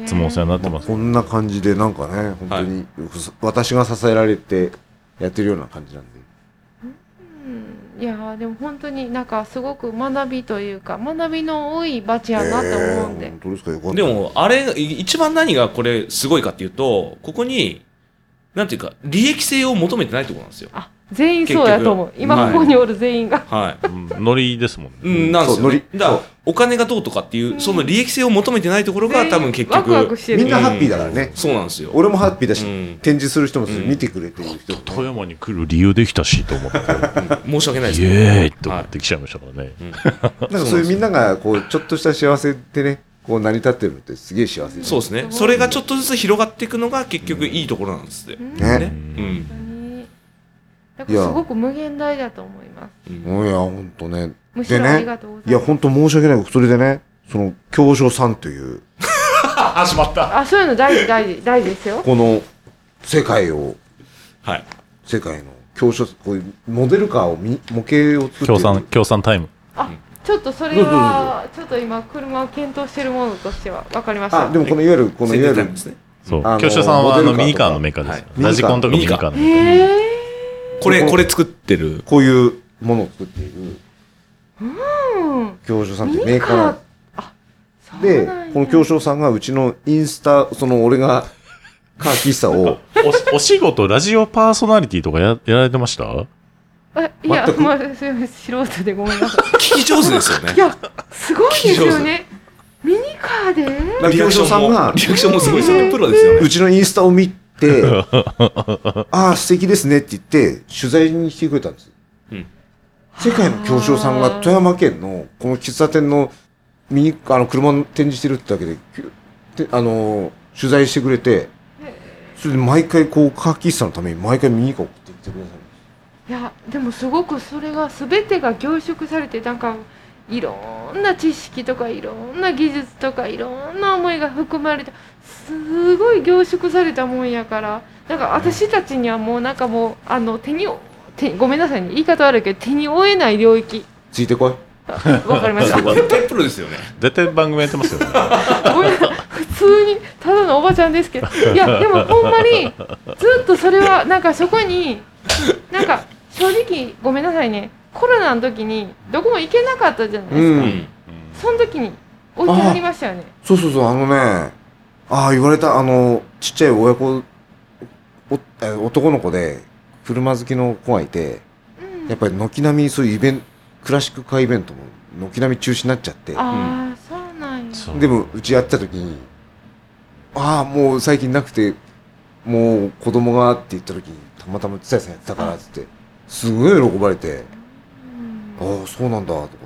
つもお世話になってまあますこんな感じで、なんかね、本当に、私が支えられてやってるような感じなんで。いやーでも本当になんかすごく学びというか学びの多いバチやなと思うんえーで本、当ですかよかった。でも、あれ、い一番何がこれすごいかっていうと、ここに、なんていうか、利益性を求めてないってことなんですよ。あ全員そうやと思う結局今ここにおる全員が、はい。うんノリですもんね、うん、なんですよ、ねそうノ。リだかそら、お金がどうとかっていう、その利益性を求めてないところ全が員多分結局。ワクワクしてるみんなハッピーだからねうんそうなんですよ。俺もハッピーだし、うん展示する人もうん見てくれてる人もね、富山に来る理由できたしと思ってイ申し訳ないですエーイとは思いって来ちゃいましたからね、うんなんかそういうみんなが、こう、ちょっとした幸せでね、こう成り立ってるのってすげえ幸せそうですね。それがちょっとずつ広がっていくのが結局いいところなんですって。うんねね。うん。本当にだからすごく無限大だと思いますうんうんいや、ほんとね。むしろありがとうございますいや、ほんと申し訳ない。それでね、その、教書さんという、あしまったあそういうの大事大事大事ですよこの、世界を、はい。世界の教書、こういうモデルカーを見、模型を作ってる。協賛協賛タイムちょっとそれはちょっと今車を検討してるものとしては分かりましたあ、でもこのいわゆる、このいわゆタイるムで、すね。そう、あの教授さんはあのモデミルニカーとかカーのメーカーです、はいラジコンとかミニカーのメーカーえこれ、これ作ってる。こういうものを作っている、えー、教書さうんといミうメーニカカーなんーですあそうでなんや、この教書さんがうちのインスタ、その俺が、カー喫茶を、 おお仕事ラジオパーソナリティとかややられてましたえいや全くまあすいません素人でごめんなさ聞き上手ですよ いいね。やすごいですよねミニカーでなんか教授さんがも、リアクションもすごいですよね。プロですようね。ちのインスタを見 て、ああ、素敵ですねって言って、取材に来てくれたんです。うん世界の教授さんが富山県の、この喫茶店のミニ、あの、車の展示してるってだけで、きゅであの、取材してくれて、それで毎回こう、カーキッさんのために毎回ミニカー送ってきてくださいやでもすごくそれが全てが凝縮されてなんかいろんな知識とかいろんな技術とかいろんな思いが含まれてすごい凝縮されたもんやからなんか私たちにはもうなんかもうあの手に手ごめんなさいね言い方悪いけど手に負えない領域い。ついてこい。わかりました絶対プロですよね。絶対番組やってますよねごめん普通にただのおばちゃんですけどいやでもほんまにずっとそれはなんかそこになんか正直ごめんなさいねコロナの時にどこも行けなかったじゃないですうか、んうん。その時に置いてありましたよねそうそうそう、あのね、ああ、言われた、あの、ちっちゃい親子、おえ男の子で、車好きの子がいて、うんやっぱり軒並みそういうイベント、クラシックカーイベントも軒並み中止になっちゃって、ああそうなんやそうでもうちやってた時に、ああ、もう最近なくて、もう子供がって言った時に、たまたまつやさんやってたからってって、すごい喜ばれて、うんああ、そうなんだ、とかって思って。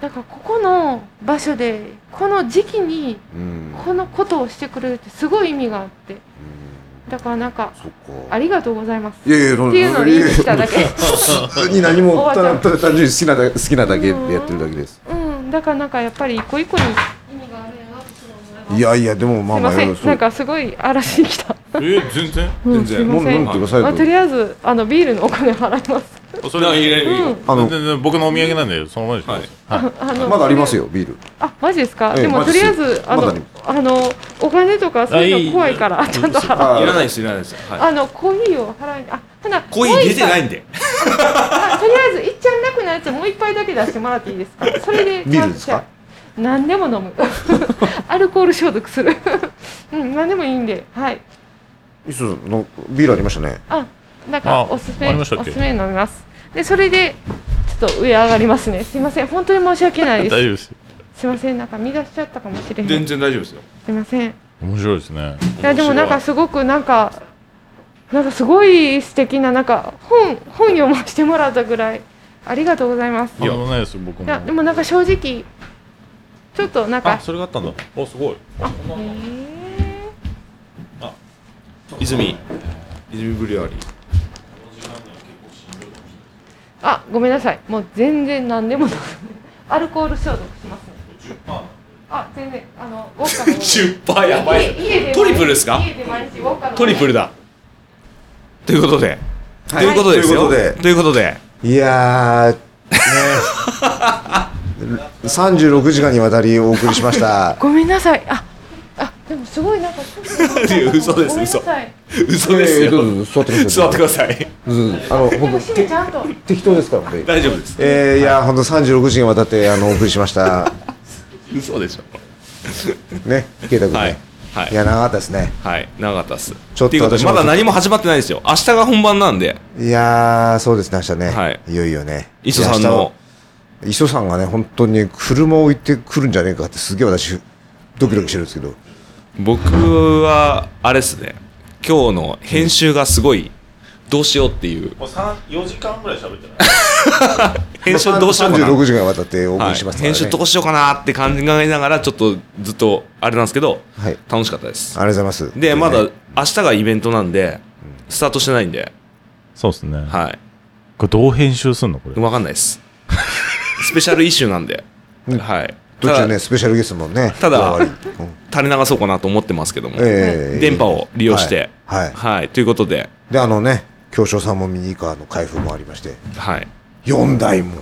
だからここの場所でこの時期にうん。このことをしてくれるってすごい意味があってうんだからなんかそっあか。りがとうございますいやいや、っていうのを言いに来ただけ普通に何もただただ単純に好きなだ好きなだけでやってるだけです。うん、だからなんかやっぱり一個一個にますいやいや、でもまあまあ、すいませんそなうんかすごい嵐に来たえー、全然全然うん、すいませ飲んんでくださいまあ、よと。りあえずあのビールのお金払いますあそれはいいねいいねうんあの全然全然僕のお土産なんでそのままにしてくださいあのまだありますよ、ビール。あマジですか、ええでもマとジでりあすえずあの、まだねあのお金とかそういうの怖いからちゃんと払うあいらないですいらないですはあのコーヒーを払いにあただいコイン出てないいんでとりあえずいっちゃんなくなるやつもう一杯だけ出してもらっていいですかそれで ビールですかちゃんと何でも飲む アルコール消毒する うん何でもいいんではい磯さんのビールありましたね。あなあんかおすすあめりおましたっけすすめ飲みますでそれでちょっと上上が りますねすいません本当に申し訳ない大で丈夫すですすいませんなんか見出しちゃったかもしれない全す然大丈夫ですよいません面白いですねいやでもなんかすごくなんかなんかすごい素敵ななんか本本読ませてもらったぐらいありがとうございますいやもないです僕いやでももなんか正直ちょっとなんあかそれがあったんだおすごいえー泉泉ブリュワリーあごめんなさいもう全然何でもなくアルコール消毒しますねあ全然あのウォッカの10%やばい家家でトリプルですか家で毎日ウォッカのトリプルだということでということですよということでということでいやー、ね。36時間 にわたりお送りし ました。ごめんなさいああでもすごいなんかいや嘘ですごめんなさい嘘ですえーどようぞ座ってください。座ってくださいどうぞあの、でも本締めちゃんと当適当ですから、本当に大丈夫ですえー、いや、本当36時間にわたって、あの、お送りし ました。嘘でしょね、池田君はいね。はいいや、長かったですね。はい、長かったっす。ちょっとていうことで、私もまだ何も始まってないですよ。明日が本番なんで、いやー、そうですね、明日ね。はいいよいよね。磯さんの、いや。明日磯さんがね、本当に車を置いてくるんじゃねえかって、すげえ私、ドキドキしてるんですけど。僕は、あれっすね、今日の編集がすごい、どうしようって いう、もう三4時間ぐらい喋ってない編集どうしようかな。 36時間にわたってお送はりいしましたから編ね。集どうしようかなって考えながら、ちょっとずっと、あれなんですけど、はい。楽しかったです。ありがとうございます。で、まだね、明日がイベントなんで、スタートしてないんで、そうですねはい。これどう編集すんのこれわかんない です。スペシャルイシューなんで、うんはい。途中たね、だ、スペシャルゲストもね、ただ加わりうん垂れ流そうかなと思ってますけども、ええ電波を利用して、はいはいはい、ということで、で、あのね、京商さんもミニカーの開封もありまして、はい。 4台も、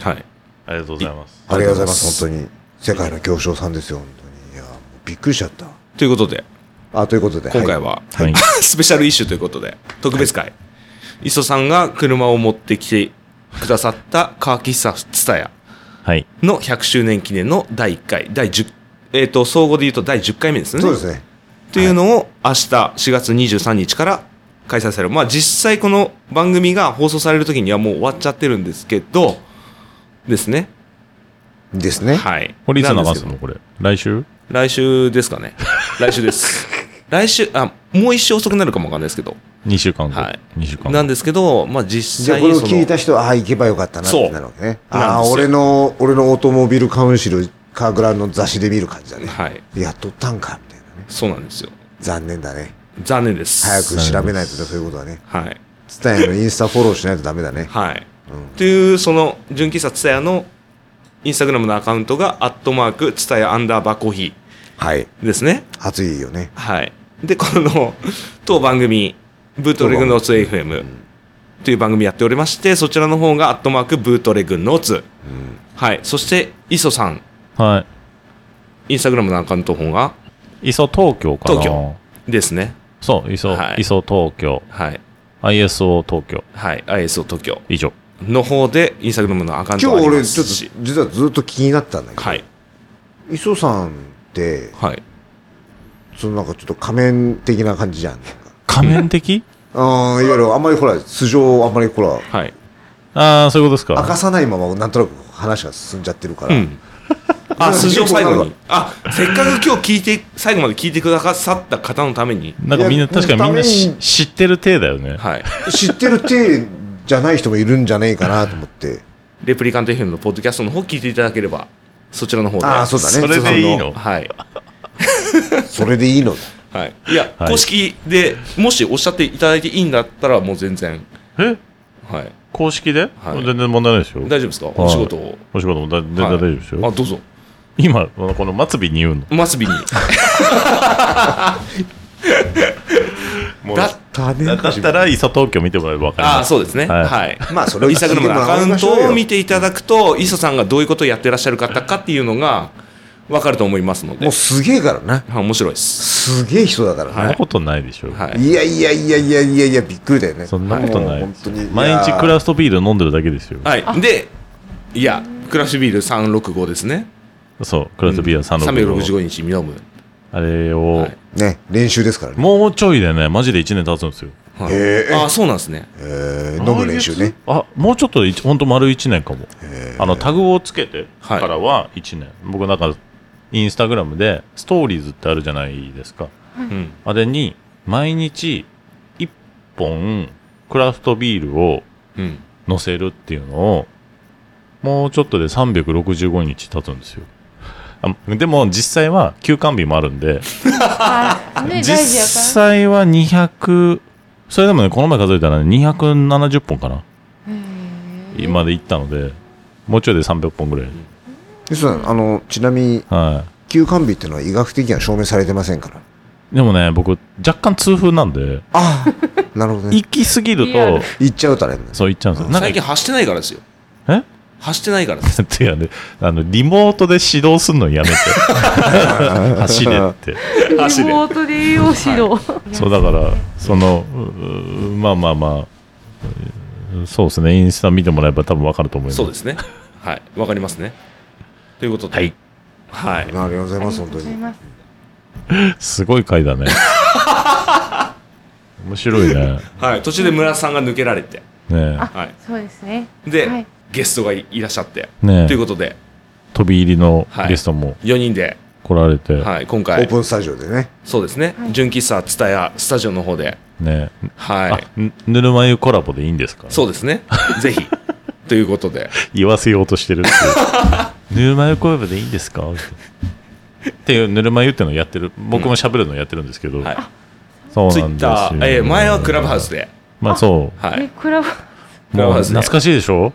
はい。ありがとうございますありがとうございまあす、本当に。世界の京商さんですよ、本当に。いや、もうびっくりしちゃった。ということで、あ、ということで、今回は、はい スペシャルイッシュということで、特別会。磯さんが車を持ってきてくださった川岸さんツタヤはいの100周年記念の第1回、第10、えっ、と、総合で言うと第10回目ですはね。い、そうですね。というのを明日4月23日から開催される。まあ実際この番組が放送される時にはもう終わっちゃってるんですけど、ですね。ですね。はい。これいつな流んですすけどのこれ来週来週ですかね。来週です。来週、あ、もう一週遅くなるかもわかんないですけど。 2週間後はい2週間な後んですけど、まあ実じゃあ際これにをその。聞いた人は、ああ、行けばよかったなっそうてなるわけね。なあんであー、すよ俺の、俺のオートモビルカウンシル、カーグラの雑誌で見る感じだね。はい。やっとったんか、みたいなね。そうなんですよ。残念だね。残念です。早く調べないとね、そういうことはね。はい。ツタヤのインスタフォローしないとダメだね。はい。うんという、その、純喫茶つたやの、インスタグラムのアカウントが、アットマーク、つたやアンダーバーコーヒはい。ーですね。暑いよね。はい。で、この、当番組、ブートレグノーツ FM という番組やっておりまして、そちらの方が、アットマーク、ブートレグノーツ。はい。そして、磯さん、はインスタグラムのアカウントの方が、い磯東京かな東京ですね。そう磯はい磯東京はい。 ISO 東京はい。ISO 東京以上の方で、インスタグラムのアカウン今トあ日り俺、まちすょっし。と、実はずっと気になってたんだけど、はい。磯さんって、はい。そのなんかちょっと仮面的な感じじゃん。なんか仮面的あーいわゆるあんまりほら、素性をあんまりほら、はい。 ああそういうことです明かかさないままなんとなく話が進んじゃってるから、 うん。 あ、結素構性最後なんにか。あ、せっかく今日聞いて、最後まで聞いてくださった方のために。なんかみんいやな確かにみんなためしに知ってる体だよねはい。知ってる体じゃない人もいるんじゃねえかなと思って。レプリカント FM のポッドキャストの方聞いていただければ、そちらの方で。ああ、そうだね。それでいいのはい。それでいいの。はい。いや、はい公式で、もしおっしゃっていただいていいんだったら、もう全然。えはい。公式ではい全然問題ないですよ大丈夫ですかいお仕事を。お仕事もだ全然は大い丈夫ですあ、よどうぞ。今この末尾に言うの マスビに。もうだったね。だった ら、伊佐東京見てもらえば分かりああまー、す。そうですね。はいはい。まあそれをイサグルムのアカウントを見ていただくと、イソさんがどういうことをやってらっしゃる方かっていうのが分かると思いますので、もうすげえからな。はい面白いです。すげえ人だからそんねな。ことないでしょう。はい。いやいやいやいやいやいや、びっくりだよね。そんなことないもう本当に。毎日クラフトビール飲んでるだけですよ。はい。で、いや、クラッシュビール365ですね。そう、クラフトビールは365。 365日飲む。あれをはい、いやーね、練習ですからね。もうちょいでね、マジで1年経つんですよ。はいへえああ、そうなんですね。えー飲む練習ね。あ、もうちょっとで一、ほんと丸1年かも。あの、タグをつけてはかいらは1年。僕なんか、インスタグラムで、ストーリーズってあるじゃないですか。うん。あれに、毎日、1本、クラフトビールをうん。載せるっていうのを、もうちょっとで365日経つんですよ。あでも実際は休館日もあるんで、あね、大実事やか際は200、それでもね、この前数えたらね、270本かな、ら。へーまで行ったので、もうちょいで300本ぐらい。でそうなのあの、ちなみに、は休館日っていうのは医学的には証明されてませんから。い。でもね、僕、若干痛風なんで、ああ、なるほどね行。き過ぎるリアとル、行っちゃうたらね。そう行っちゃうんですよ。なんか最近走ってないからですよ。え走ってないから です。ってやね、 あの、リモートで指導すんのやめ て。走れって。リモ走れートで栄養指導。そうだから、その、ううまあまあまあ、うそうですね、インスタ見てもらえば多分わかると思います。そうですね。はい。わかりますね。ということで。はい。はい。ありがとうございありまがす、と本う当ございに。ます。すごい 回だね。面白いね。はい。途中で村さんが抜けられて。ねあはい。そうですね。で、はいゲストがいいらっしゃって。え。ねというえ。ことで、飛び入りのゲストも4人で、来られて、はい、今オ回ー、プンスタジオでね。そうですね、はい純喫茶、ツタヤ、スタジオの方で、ねえ。はい、あ、ぬぬるま湯コラボでいいんですかそうです ね、ぜひ、ということで、言わせようとしてるっていう ぬるま湯コラボでいいんですかってっていうぬるま湯っていうのをやってる僕も喋るのやってるんですけど、はい、そうツイなッんですよター、えー前はクラブハウスで、まあそうはえ、い、クラブ、クラもブうハウスで懐かしいでしょ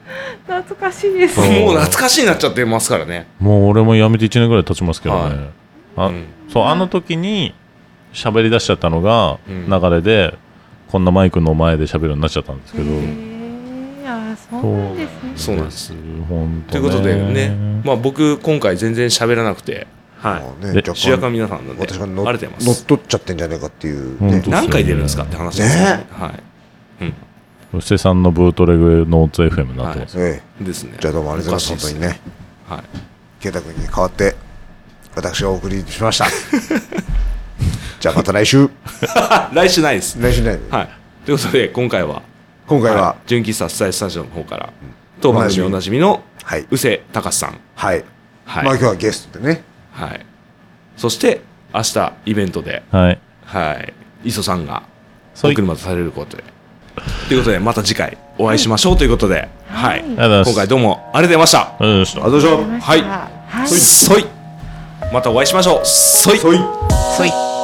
懐かしいです。そうもう懐かしいになっちゃってますからね、もう俺も辞めて1年ぐらい経ちますけどね、はいあうんそうあの時に喋り出しちゃったのがうん流れで、こんなマイクの前で喋るようになっちゃったんですけへど、ーあ、そうなんですね。そうなんです。本当ということでね、まあ、僕、今回、全然喋らなくて、はもうねえい、主役は若干、皆さんなんで、私が乗あれてま乗っす。取っちゃってんじゃねえかっていう本ね当。何回出るんですかって話ですよね。は布施さんのブートレグノーツ FM になってます、ええ。い。ですね。じゃあどうもありがとうございおまかす、し本い当でにすね。はい。ケイタ君に代わって、私がお送りしま した。じゃあまた来週。あ来週ない です。来週ね。はい。ということで、今回は、今回はは、い純喫茶スタイルスタジオの方から、当番組おなじみのはい。宇勢隆さん、はい。はまあい今日はゲストでね。はい、そして明日イベントで、はいはい、磯さんがそおうい車とされることで。ということで、また次回お会いしましょうということで、はい、はいありがとう今ござ回いますどうもありがとうございまありがとうございましたあどうぞ。わかりましたはいはい。した。そい、またお会いしましょう。そい。そい。そい。